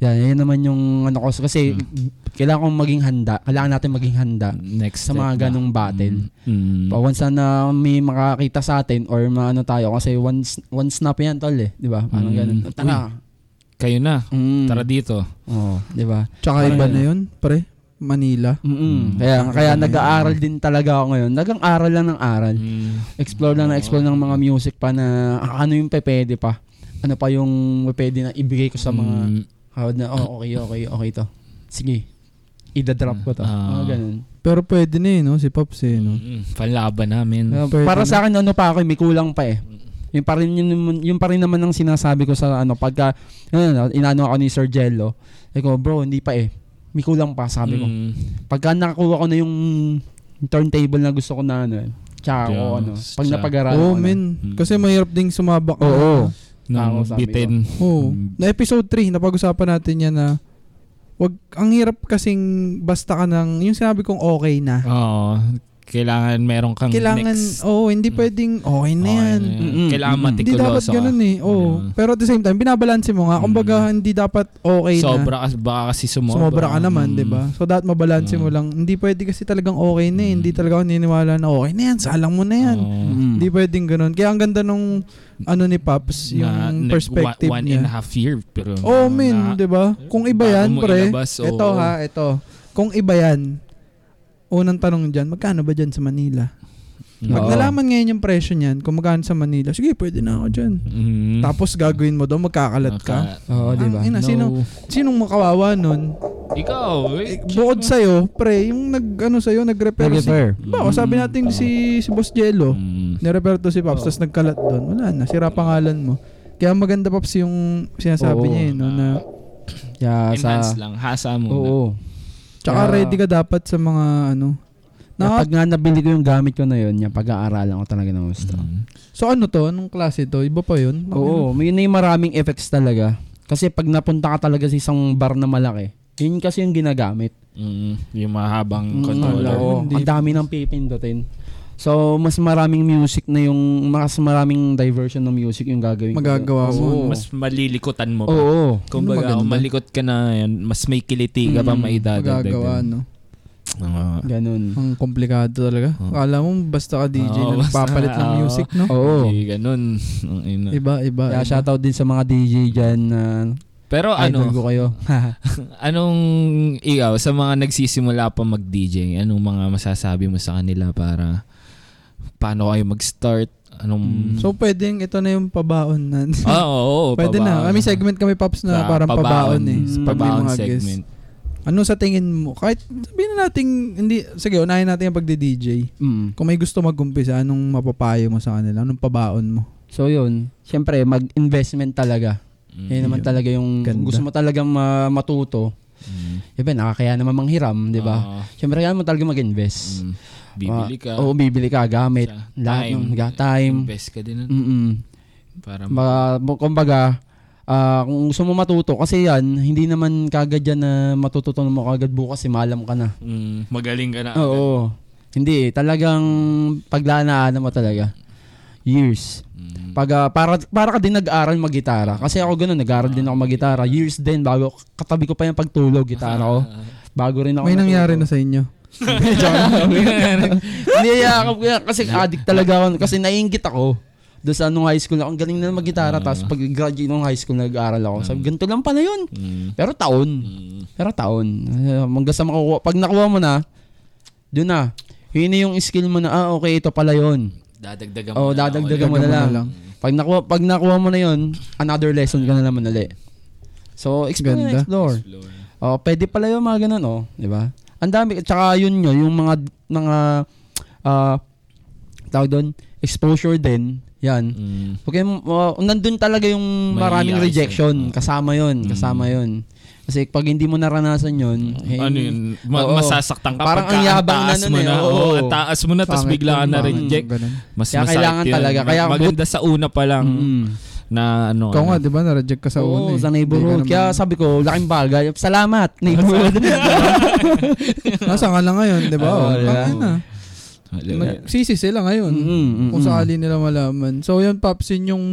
yan, yan naman yung ano ko kasi
Mm.
kailangan kong maging handa. Kailangan natin maging handa
Next
sa
step
mga
na.
ganong battle.
Mm.
Pa once na may makakita sa atin or maano tayo kasi once once snap yan tol eh, 'di ba? Parang
Mm.
ganun. Tara.
Kayo na.
Mm. Oh, diba?
Tara dito.
Oo, 'di ba?
Tsaka
Parang ano?
iba
yun.
na yun, pre. Manila.
Mm.
Mm.
Kaya kaya
Ganun.
nag-aaral din talaga ako ngayon. Nagang-aral lang ng aral.
Mm.
Explore lang na explore ng mga music pa na ah, ano yung pe- pwede pa. Ano pa yung pwede na ibigay ko sa mga
Mm.
kawad na oh, okay, okay, okay to. Sige. Ida-drop ko to.
Ah.
Mga ganun.
Pero pwede na eh, no? Si Pops eh, no?
Mm. Panlaban namin.
Ah,
Pwede
para
na.
sa akin ano pa ako, eh, may kulang pa eh.
Mm.
Yung pa rin yung, yung pa rin naman ang sinasabi ko sa ano pagka ano, inano ako ni Sir Jello. Sabi ko, bro, hindi pa eh. May kulang pa sabi ko.
Mm.
Pagka nakakuha ko na yung turntable na gusto ko na ano, tsaka ako
Yeah.
ano, pag
Tsaka.
napag-aralan
Oo,
ko na.
men.
Mm.
Kasi mahirap ding sumabak.
Mm-hmm. Oo. Ako,
Nang
sabi
bitin.
Oo.
Mm.
Na episode 3, napag-usapan natin yan na wag ang hirap kasing basta ka ng yung sinabi kong okay na.
Oo. Kailangan meron kang Ah,
Kailangan,
next. Mm.
oo, oh, hindi pwedeng, okay na yan.
Mm-mm.
Kailangan
Mm-mm.
Hindi dapat
matikuloso ka.
ganun eh. Oo.
Mm.
Pero at the same time, binabalanse mo nga. Kumbaga, hindi dapat okay
Sobra
na.
ka, baka kasi sumobra.
Sumobra ka naman, diba?
Mm.
'di ba? So dapat mabalanse mo lang. Hindi pwede kasi talagang okay na, eh. hindi talaga ako niniwala na okay na 'yan, salang mo na 'yan.
Mm.
Mm.
Oo.
Hindi pwedeng ganun. Kaya ang ganda nung ano ni Paps, yung
Na- nag-
perspective
one, one
niya.
and a half year. Pero, na-
Oh, men, 'di ba? Kung iba
Bago
'yan,
mo
pre.
ilabas, oo.
Ito ha, ito. Kung iba 'yan. Unang tanong diyan, magkano ba diyan sa Manila? Pag
Oo.
nalaman ngayon yung presyo niyan, kung magkano sa Manila, sige, pwede na ako diyan.
Mm.
Tapos gagawin mo daw magkakalat ka.
Oo, Hmm. di ba?
Ang ina, sino,
No.
sinong makawawa nun?
Ikaw, eh.
Eh, Bukod sa'yo, pre, yung nag, ano sa'yo, nag-repair si...
Nag-repair. Hmm.
Ba, o sabi natin si, si Boss Jello,
Mm.
nirepair to si Pops, tapos nagkalat doon. Wala na, sira pangalan mo. Kaya maganda, Pops, yung
Oo.
sinasabi niya, eh, no, na...
Kaya sa...
Enhance lang. Hasa mo.
Oo.
Tsaka
Kaya-
ready ka dapat sa mga, ano... Na,
Kapag nga nabili ko yung gamit ko na yun, yung pag-aaralan ko talaga ng gusto.
Mm.
so ano to? Anong klase to? Iba pa yun? Ano
Oo, may, may maraming effects talaga. Kasi pag napunta ka talaga sa isang bar na malaki, yun kasi yung ginagamit.
Mm. Yung mahabang
Mm,
controller.
oo,
Hindi.
ang dami ng pipindutin. So, mas maraming music na yung, mas maraming diversion ng music yung gagawin ko.
Magagawa mo, ano?
Oo.
no?
Mas malilikutan mo
Oo.
pa.
oo.
Kung baga,
Ano maganda?
umalikot ka na yan, mas may kiliti ka pa
Mm,
maidadagdag.
Magagawa, no?
Oo.
Ganun.
Oh,
Ang komplikado talaga.
Oo.
Akala mo, basta ka DJ
Oo,
na
basta-
nagpapalit
*laughs*
ng
oo.
music, no?
Oo.
Hindi ganun. Ang ina.
Iba, iba.
Kaya
iba.
shoutout din sa mga DJ dyan na
Pero
idol ko
ano,
kayo.
anong ikaw, sa mga nagsisimula pa mag-DJ, anong mga masasabi mo sa kanila para paano kayo mag-start? Anong...
Mm. So pwedeng ito na yung pabaon na.
*laughs* Ah, oo, oo,
*laughs* Pwede
pabaon.
na. Kami segment kami Pops na
Sa
parang pabaon, eh.
Mm,
Pag may
pabaon
mga guests.
segment.
Ano sa tingin mo? Kahit sabihin na natin, hindi, sige, unahin natin yung pagdi-DJ.
mm.
Kung may gusto mag-umpisa, anong mapapayo mo sa kanila? Anong pabaon mo?
So, yun. Siyempre, mag-investment talaga.
Mm.
Yan naman talaga yung
Ganda.
kung gusto mo talagang ma- matuto.
Mm.
Siyempre, nakakaya naman manghiram, di ba?
Oo.
Siyempre, kailangan mo talaga mag-invest.
Ah. Mm. Bibili
Ah,
ka.
oh,
Oo, bibili ka, gamit.
Sa
Lahat
time.
ng ga- time.
Invest ka din. nun
Mm-mm.
Para
Mm.
Ma- bu- kumbaga, ah, kung gusto mo matuto, kasi yan, hindi naman kagad yan na matututunan mo kagad bukas, eh, maalam ka na.
Mm, magaling ka na.
Oo. Hindi, eh. talagang paglanaanan mo talaga. Years.
Mm.
Pag, ah, para, para ka din nag-aral mag-gitara. Kasi ako ganun, nag-aral din ako mag-gitara. Years din, bago katabi ko pa yung pagtulog, gitara ko. Bago rin ako.
May
natuto.
nangyari na sa inyo.
*laughs* Niyayakap ko yan kasi addict talaga ako. Kasi naiingit ako. Doon sa nung high school, ako, ang galing na mag-gitara. Tapos pag graduate nung high school, nag-aaral ako. Sabi, ganito lang pala yun.
Mm.
Pero taon.
Mm.
Pero taon. Eh, Hanggang sa makukuha. Pag nakuha mo na, doon na. Yun na yung skill mo na, ah, okay, ito pala yun.
Dadagdagan mo
O,
na lang
dadagdagan
ulit.
mo na
Dagdagan
lang. Pag nakuha, pag nakuha mo na yun, another lesson ka na naman ulit. So, explore na
Ganda.
explore.
Explore.
Oh, pwede pala yung mga ganun, oh, 'di ba? Ang dami tsaka yun yun, yung mga mga ah tawag doon, exposure din, 'yan.
Mm.
Okay, uh, nandun talaga yung
May
maraming
eyes,
rejection,
eh.
kasama 'yun,
Mm.
kasama 'yun. Kasi pag hindi mo naranasan 'yun, eh,
ano yun, ma-
oo.
masasaktan ka
Parang
pagka
ang yabang na
taas
nun
mo
eh,
na.
oo. Mm.
Oo, ang taas mo na, tapos
Pangit
bigla ka
yun,
na
pangit
reject.
yun, ganun.
Mas
Kaya
masakit
kailangan
yun.
talaga. Kaya
Mag- maganda sa una pa lang
mm,
na ano.
Ikaw nga, di ba? Na-reject ka sa una.
oo,
eh.
sa
Hindi
neighborhood.
ka
Kaya
naman-
sabi ko, laking bagay. Salamat,
*laughs*
neighborhood. *laughs*
Nasa ka lang ngayon, di ba?
Oo,
Oh,
di ba?
tangin na. Nagsisi sila ngayon.
Mm, mm,
Kung
mm.
sakali nila malaman. So, yun, Paps, yun yung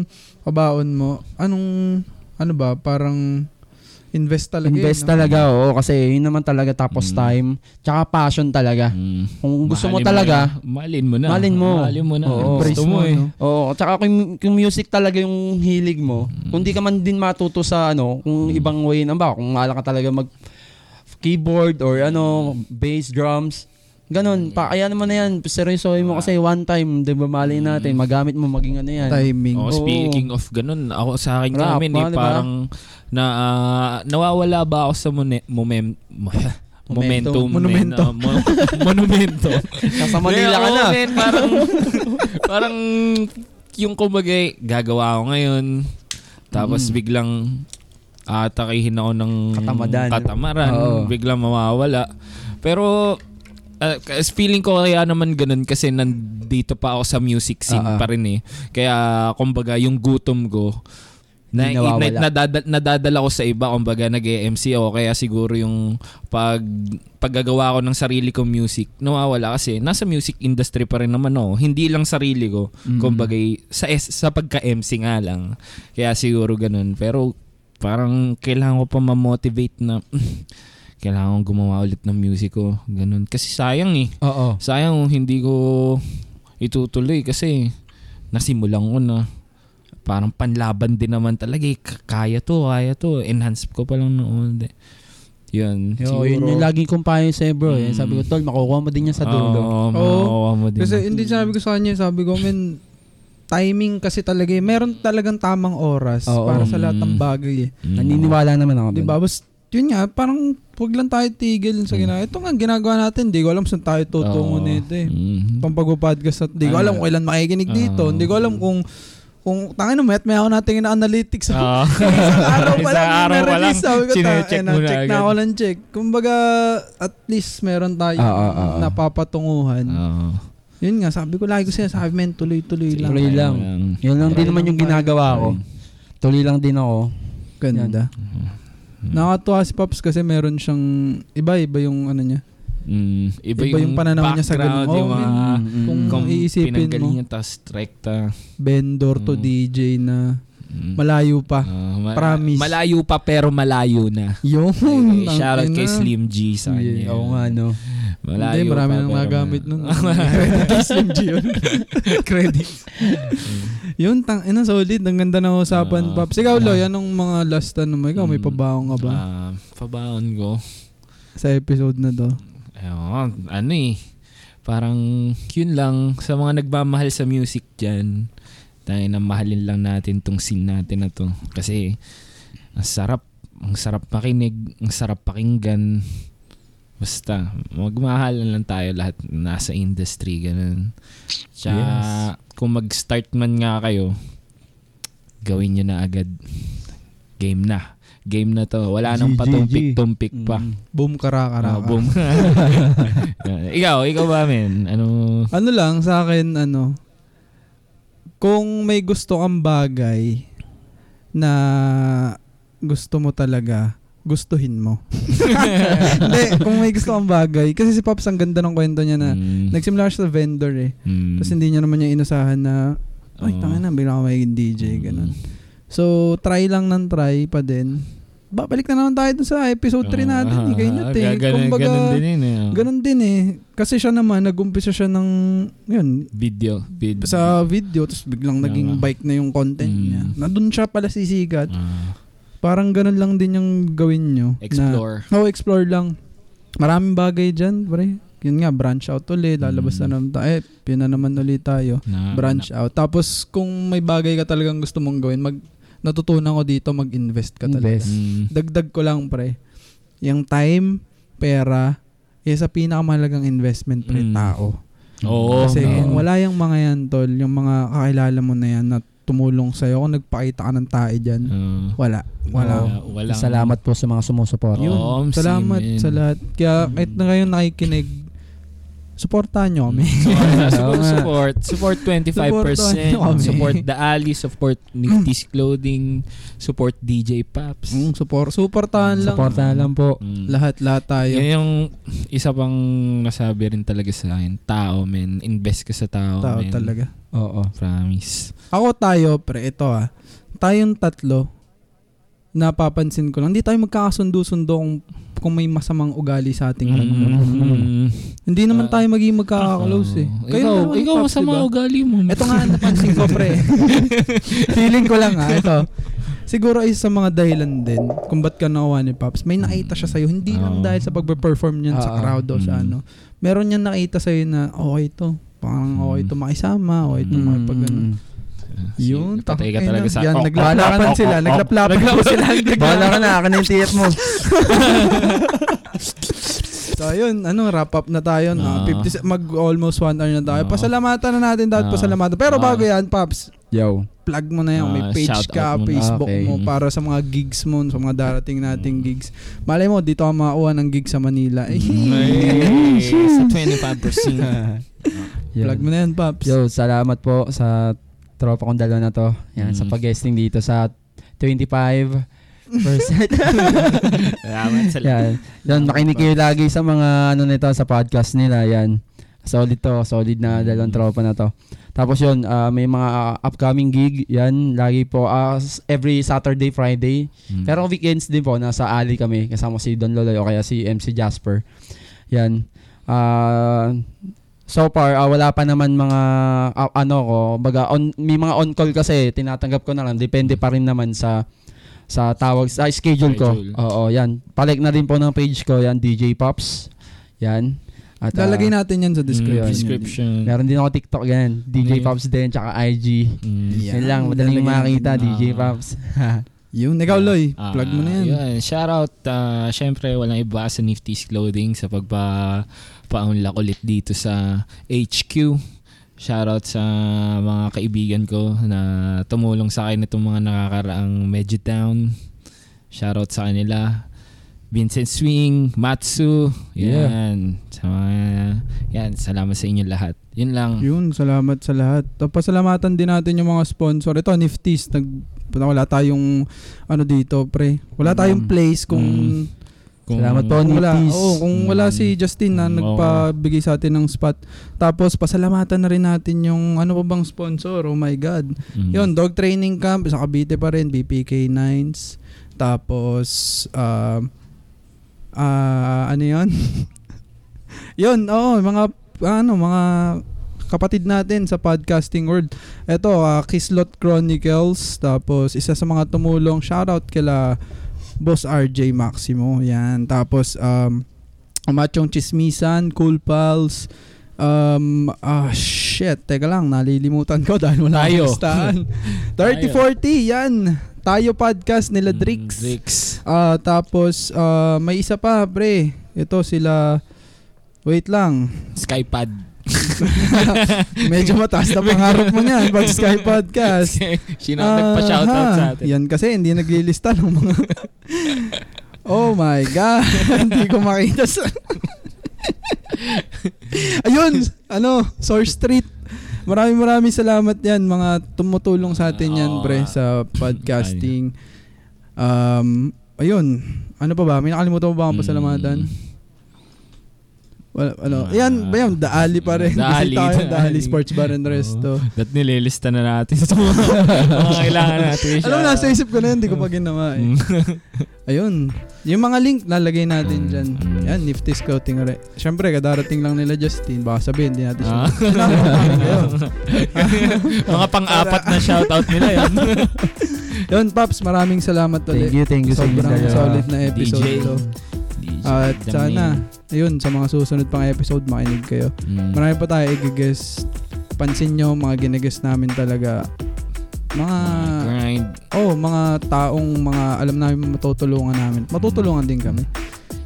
kabaon mo. Anong, ano ba, parang invest talaga. yun,
Invest
no?
talaga, oo. Kasi yun naman talaga tapos
Mm.
time. Tsaka passion talaga.
Mm.
Kung gusto mo
Mahalin
talaga,
yun. Mahalin mo na.
Mahalin mo.
Mahalin mo na.
Oo.
Gusto
Embrace
mo eh.
no?
Oo, tsaka kung, kung music talaga yung hilig mo,
Mm.
kung di ka man din matuto sa ano, kung ibang way na ba, kung alam ka talaga mag keyboard or ano, bass, drums,
Mm.
ganun, pa, kaya naman na yan, seryosohin
Ah.
mo kasi one time, di ba, mali
Mm.
natin, magamit mo maging ano yan.
Timing.
Oh,
Oo.
speaking of ganun, ako sa akin
Rap,
namin
ah,
eh,
diba?
parang na ah, nawawala ba ako sa mone- momem
Momentum.
Momentum. men,
Monumento.
ah, *laughs* mo- monumento.
Nasa *laughs* Manila ka
Oo,
na.
men, parang, *laughs* parang yung kumbaga, gagawa ako ngayon.
Mm.
Tapos biglang atakihin ako ng
Katamadan.
katamaran.
Oo.
Biglang mawawala. Pero ah, kasi feeling ko kaya naman ganun kasi nandito pa ako sa music scene
Ah, ah.
pa rin eh. Kaya kumbaga yung gutom ko na,
Hindi nawawala.
na, nadadal, nadadala ko sa iba kumbaga nag-MC o kaya siguro yung pag paggagawa ko ng sarili kong music nawawala kasi nasa music industry pa rin naman oh hindi lang sarili ko kumbaga sa es- sa pagka-MC nga lang kaya siguro ganun pero parang kailangan ko pa ma-motivate na *laughs* kailangan kong gumawa ulit ng music ko ganun kasi sayang eh
Oo.
sayang kung hindi ko itutuloy kasi nasimulan ko na parang panlaban din naman talaga eh. K- Kaya to, kaya to. Enhance ko pa lang noon. Yun.
Yo, yun yung laging kong payo sa'yo bro. Yan, sabi ko, tol, makukuha mo din yan sa dulo.
Mm. Oo,
Oo.
makukuha mo din.
Kasi hindi sabi ko sa kanya, sabi ko, men, timing kasi talaga eh. Meron talagang tamang oras
Oo.
para sa lahat ng
Mm.
bagay eh.
Mm.
Naniniwala naman ako.
Di ba? Bas, yun nga, parang huwag lang tayo tigil sa ginagawa. Ito nga, ginagawa natin, di ko alam saan tayo
Oo.
tutungo nito eh.
Mm.
Itong pagpo-podcast at di ko
Ano?
alam kung kailan makikinig dito.
Oo.
Hindi ko alam kung kung tangin mo, may ako natingin na
Oo.
analytics. *laughs* Isang araw pa lang,
Ah. *laughs* Isang araw
araw
pa lang,
Sabi ko,
sinecheck
check na,
mo na
check na
agad.
ako ng check. Kumbaga, at least meron tayo
Ah, ah, ah, ah.
napapatunguhan.
Oo.
Yun nga, sabi ko lagi ko siya, sabi men, tuloy-tuloy lang.
Tuloy lang. Yun lang din naman yung ginagawa ko. Tuloy lang din ako.
Ganda. Nakatuwa si Pops kasi meron siyang iba-iba yung ano niya.
Mm. Iba,
Iba yung pananaw niya sa ganun.
background, Yung
Oo,
mga
Ah,
Kung
kung
iisipin mo.
pinanggalingan, tas rekta.
Vendor to
Mm.
DJ na
Mm.
malayo pa.
Oo, ma-
Ah, Promise.
Malayo pa pero malayo na.
Yung.
Ay,
tangina.
shout out kay Slim G sa
Yeah.
kanya.
Oo nga, no.
Malayo
Hindi, marami
pa,
nang
pero
nagamit
ma-
nun. *laughs* Credit kay Slim G
*laughs*
yun.
Credits.
Yun, tang, ina, solid. Ang ganda ng usapan,
Ah.
Pops. Ikaw, Loy, anong mga last ano mo? Ikaw, may
Mm.
pabaong ka ba
Ah, pabaon ko.
sa episode na to?
Ewan, ano eh. Parang yun lang sa mga nagmamahal sa music dyan. Tayo na mahalin lang natin tong scene natin na to. Kasi ang sarap. Ang sarap makinig. Ang sarap pakinggan. Basta, magmahalan lang tayo lahat nasa industry, ganun. Tsaka, kung mag-start man nga kayo, gawin nyo na agad. Game na. Game na to. Wala
GGG.
nang patumpik-tumpik pa.
Mm.
Boom, kara,
Ah,
kara. *laughs*
boom. *laughs* ikaw, ikaw ba, men? Ano?
*laughs* Ano lang, sa akin, ano, kung may gusto kang bagay na gusto mo talaga, gustuhin
*laughs*
mo. Hindi, kung may gusto kang bagay. Kasi si Pops, ang ganda ng kwento niya na
Mm,
nagsimula siya sa vendor eh.
mm,
Tapos hindi niya naman niya inusahan na, ay,
oo.
tanga na, bigla ka magiging DJ, ganun.
Mm.
So, try lang ng try pa din. Babalik na naman tayo dun sa episode 3
Oo,
natin.
ah,
Uh, Ganyan eh.
ah, Ganun,
Kumbaga,
ganun din yun. Eh. oh.
ganun din eh. Kasi siya naman, nag-umpisa siya ng, yun,
Video. Vid-
sa video tapos biglang naging
Mm. Tama.
bike na yung content
Mm.
niya. Nandun siya pala sisikat.
Ah,
Parang ganun lang din yung gawin nyo.
explore.
Na, oh, explore lang. Maraming bagay dyan, pre. Yun nga, branch out ulit. Lalabas na
Mm.
naman tayo. Eh, yun na naman ulit tayo.
Na,
Branch out. Tapos, kung may bagay ka talagang gusto mong gawin, mag, natutunan ko dito, mag-invest ka talaga.
Invest.
Mm,
Dagdag ko lang, pre. Yung time, pera, isa pinakamahalagang investment, pre,
Mm.
tao.
Oo.
Kasi
oo.
kung wala yung mga yan, tol, yung mga kakilala mo na yan na tumulong sa'yo, kung nagpakita ka ng tae dyan,
Oo.
wala. Wala.
Ah. Wala.
Salamat po sa mga sumusuporta.
Yun. Oo, same, Mm.
Salamat
man.
sa
*laughs*
lahat. Kaya kahit na kayong nakikinig, supportahan nyo
*laughs*
kami. *laughs*
support,
Oo nga.
support, support 25%.
Support.
Support, the Ali, support Nifty's Clothing, support DJ Paps.
Mm, support, supportahan lang.
Suportahan lang po.
Mm.
Lahat, lahat tayo.
Yun yung isa pang nasabi rin talaga sa akin. Tao, men. Invest ka sa tao,
Tao
men.
talaga.
Oo.
Promise.
Ako tayo, pre, ito ah. Tayong tatlo, napapansin ko lang, hindi tayo magkakasundo-sundo kung, kung may masamang ugali sa ating mundo.
Mm.
Hindi naman
Ah.
tayo magiging magkaka-close eh.
Oo.
Kayo
ikaw,
dalawa ni
ikaw
Pops,
masama
diba?
ugali mo.
Ito nga
*laughs*
ang napansin ko, pre. Feeling ko lang ha, ito. Siguro isa sa mga dahilan din kung ba't ka nakuha ni Pops. May nakita siya sa'yo. Hindi
Oo.
lang dahil sa pagpe-perform niyan sa
Oo.
crowd o
Mm.
sa ano. Meron niyan nakita sa'yo na okay to. Parang okay to makisama, okay to
Mm.
makipag ano. Yun,
Patay ka
tangina.
talaga sa...
Yan,
Oh,
naglaplapan
oh,
sila.
oh, oh.
Naglaplapan po sila.
Bahala ka na, akin na yung TF mo.
So yun, ano, wrap up na tayo.
Ah.
No? 50, mag almost one hour na tayo.
Ah.
Pasalamatan na natin dapat
Ah.
pasalamatan.
Ah.
Pero bago yan, Pops,
Yo.
plug mo na yan.
Ah,
May page
shout
ka,
out mo na.
Facebook
Okay.
mo para sa mga gigs mo, sa mga darating
Mm.
nating gigs. Malay mo, dito ka makakuha ng gig sa Manila. Eh,
Mm.
*laughs*
Ay, Sa 25%.
plug mo na yan, Pops.
Yo, salamat po sa tropa kong dalawa na to. Yan, sa
Mm.
pag-guesting dito sa 25%.
*laughs* *laughs* Salamat sa lahat.
Yan. Yan, makinig kayo lagi sa mga ano nito sa podcast nila. Yan. Solid to. Solid na dalawang tropa na to. Tapos yun, ah, may mga ah, upcoming gig. Yan. Lagi po. ah, s- every Saturday, Friday.
Mm.
Pero weekends din po. Nasa alley kami. Kasama si Don Loloy o kaya si MC Jasper. Yan. Ah, so far, ah, wala pa naman mga ah, ano ko. Baga, on, may mga on-call kasi. Tinatanggap ko na lang. Depende pa rin naman sa sa tawag sa schedule ko.
Schedule.
Oo, yan. Palike na rin po ng page ko, yan DJ Pops. Yan. At ah,
Lalagay natin yan sa description.
Mm,
prescription.
Meron din ako TikTok ganyan. DJ
Ano yun?
Pops din tsaka IG.
Mm.
Yeah.
Yan lang, madaling
Lalagyan
makita
natin.
DJ
Ah.
Pops. *laughs*
Yung ikaw, Loy. Plug mo na yan.
Shout out. Uh, Siyempre, walang iba sa Nifty's Clothing sa pagpa paunlak ulit dito sa HQ. Shoutout sa mga kaibigan ko na tumulong sa akin itong mga nakakaraang medyo down. Shoutout sa kanila. Vincent Swing, Matsu,
Yeah.
yan. Sa mga- yan, salamat sa inyo lahat. Yun lang.
Yun, salamat sa lahat. O, pasalamatan din natin yung mga sponsor. Ito, Nifties. Nag, wala tayong, ano dito, pre. Wala tayong
Mm.
place kung,
Mm. Kung-
Salamat po.
kung wala.
Nifties.
Oo, kung wala
Mm.
si Justin na
Mm, oo.
nagpabigay sa atin ng spot. Tapos, pasalamatan na rin natin yung, ano pa bang sponsor? Oh my God.
Mm.
Yun, dog training camp. Sa Cavite pa rin, BPK 9s. Tapos, ah ah, ano yun? *laughs* yun, oo, mga, ano, mga kapatid natin sa podcasting world. Ito, ah, Kislot Chronicles. Tapos, isa sa mga tumulong. Shoutout kila Boss RJ Maximo. Yan. Tapos, um, Machong Chismisan, Cool Pals, um, ah, shit, teka lang, nalilimutan ko *laughs* dahil
Tayo.
wala akong listahan. 3040, yan. Tayo podcast nila
Mm,
Drix.
Drix.
Ah, tapos, ah, may isa pa, pre. Ito sila, wait lang.
Skypad.
*laughs* Medyo mataas na pangarap mo niyan pag Sky Podcast.
*laughs* Sino ang nagpa-shoutout
Aha.
sa atin?
Ah, Yan kasi, hindi naglilista ng
*laughs*
mga... oh my God! *laughs* hindi ko makita sa... *laughs* Ayun! Ano? Source Street. Maraming maraming salamat yan. Mga tumutulong sa atin yan,
Oo
pre,
nga. *laughs*
sa podcasting. Um, ayun. Ano pa ba? May nakalimutan pa ba akong pasalamatan?
Mm.
Wala, ano?
Ah.
Ayan, ba yun? Daali pa rin.
The
*laughs* Kasi
Alley,
tayo,
The
The Alley
Alley.
Sports Bar and oh. Resto.
At nililista na natin sa
*laughs*
mga *laughs* mga kailangan natin. Mm.
Alam mo, nasa isip ko na yun. Hindi ko pa ginawa eh. *laughs* Ayun. Yung mga link, lalagay natin
Mm,
dyan.
mm.
Yan, nifty scouting. Re. Siyempre, kadarating lang nila Justin. Baka sabihin, hindi natin *laughs* siya.
Ah. mga pang-apat na shoutout nila
*laughs*
yan.
Yun, Paps, maraming salamat
Thank
ulit.
you, thank you sa inyo ah,
Sobrang
dalawa.
solid na episode
DJ.
to. At sana, ayun, sa mga susunod pang episode, makinig kayo.
Mm.
Marami pa tayo i-guess. Pansin nyo, mga ginagess namin talaga. Mga,
grind.
oh, mga taong mga alam namin matutulungan namin. Matutulungan din kami.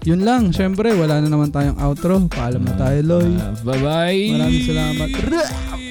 Yun lang, syempre, wala na naman tayong outro. Paalam na tayo, Loy.
Ah, bye-bye.
Maraming salamat.
*laughs*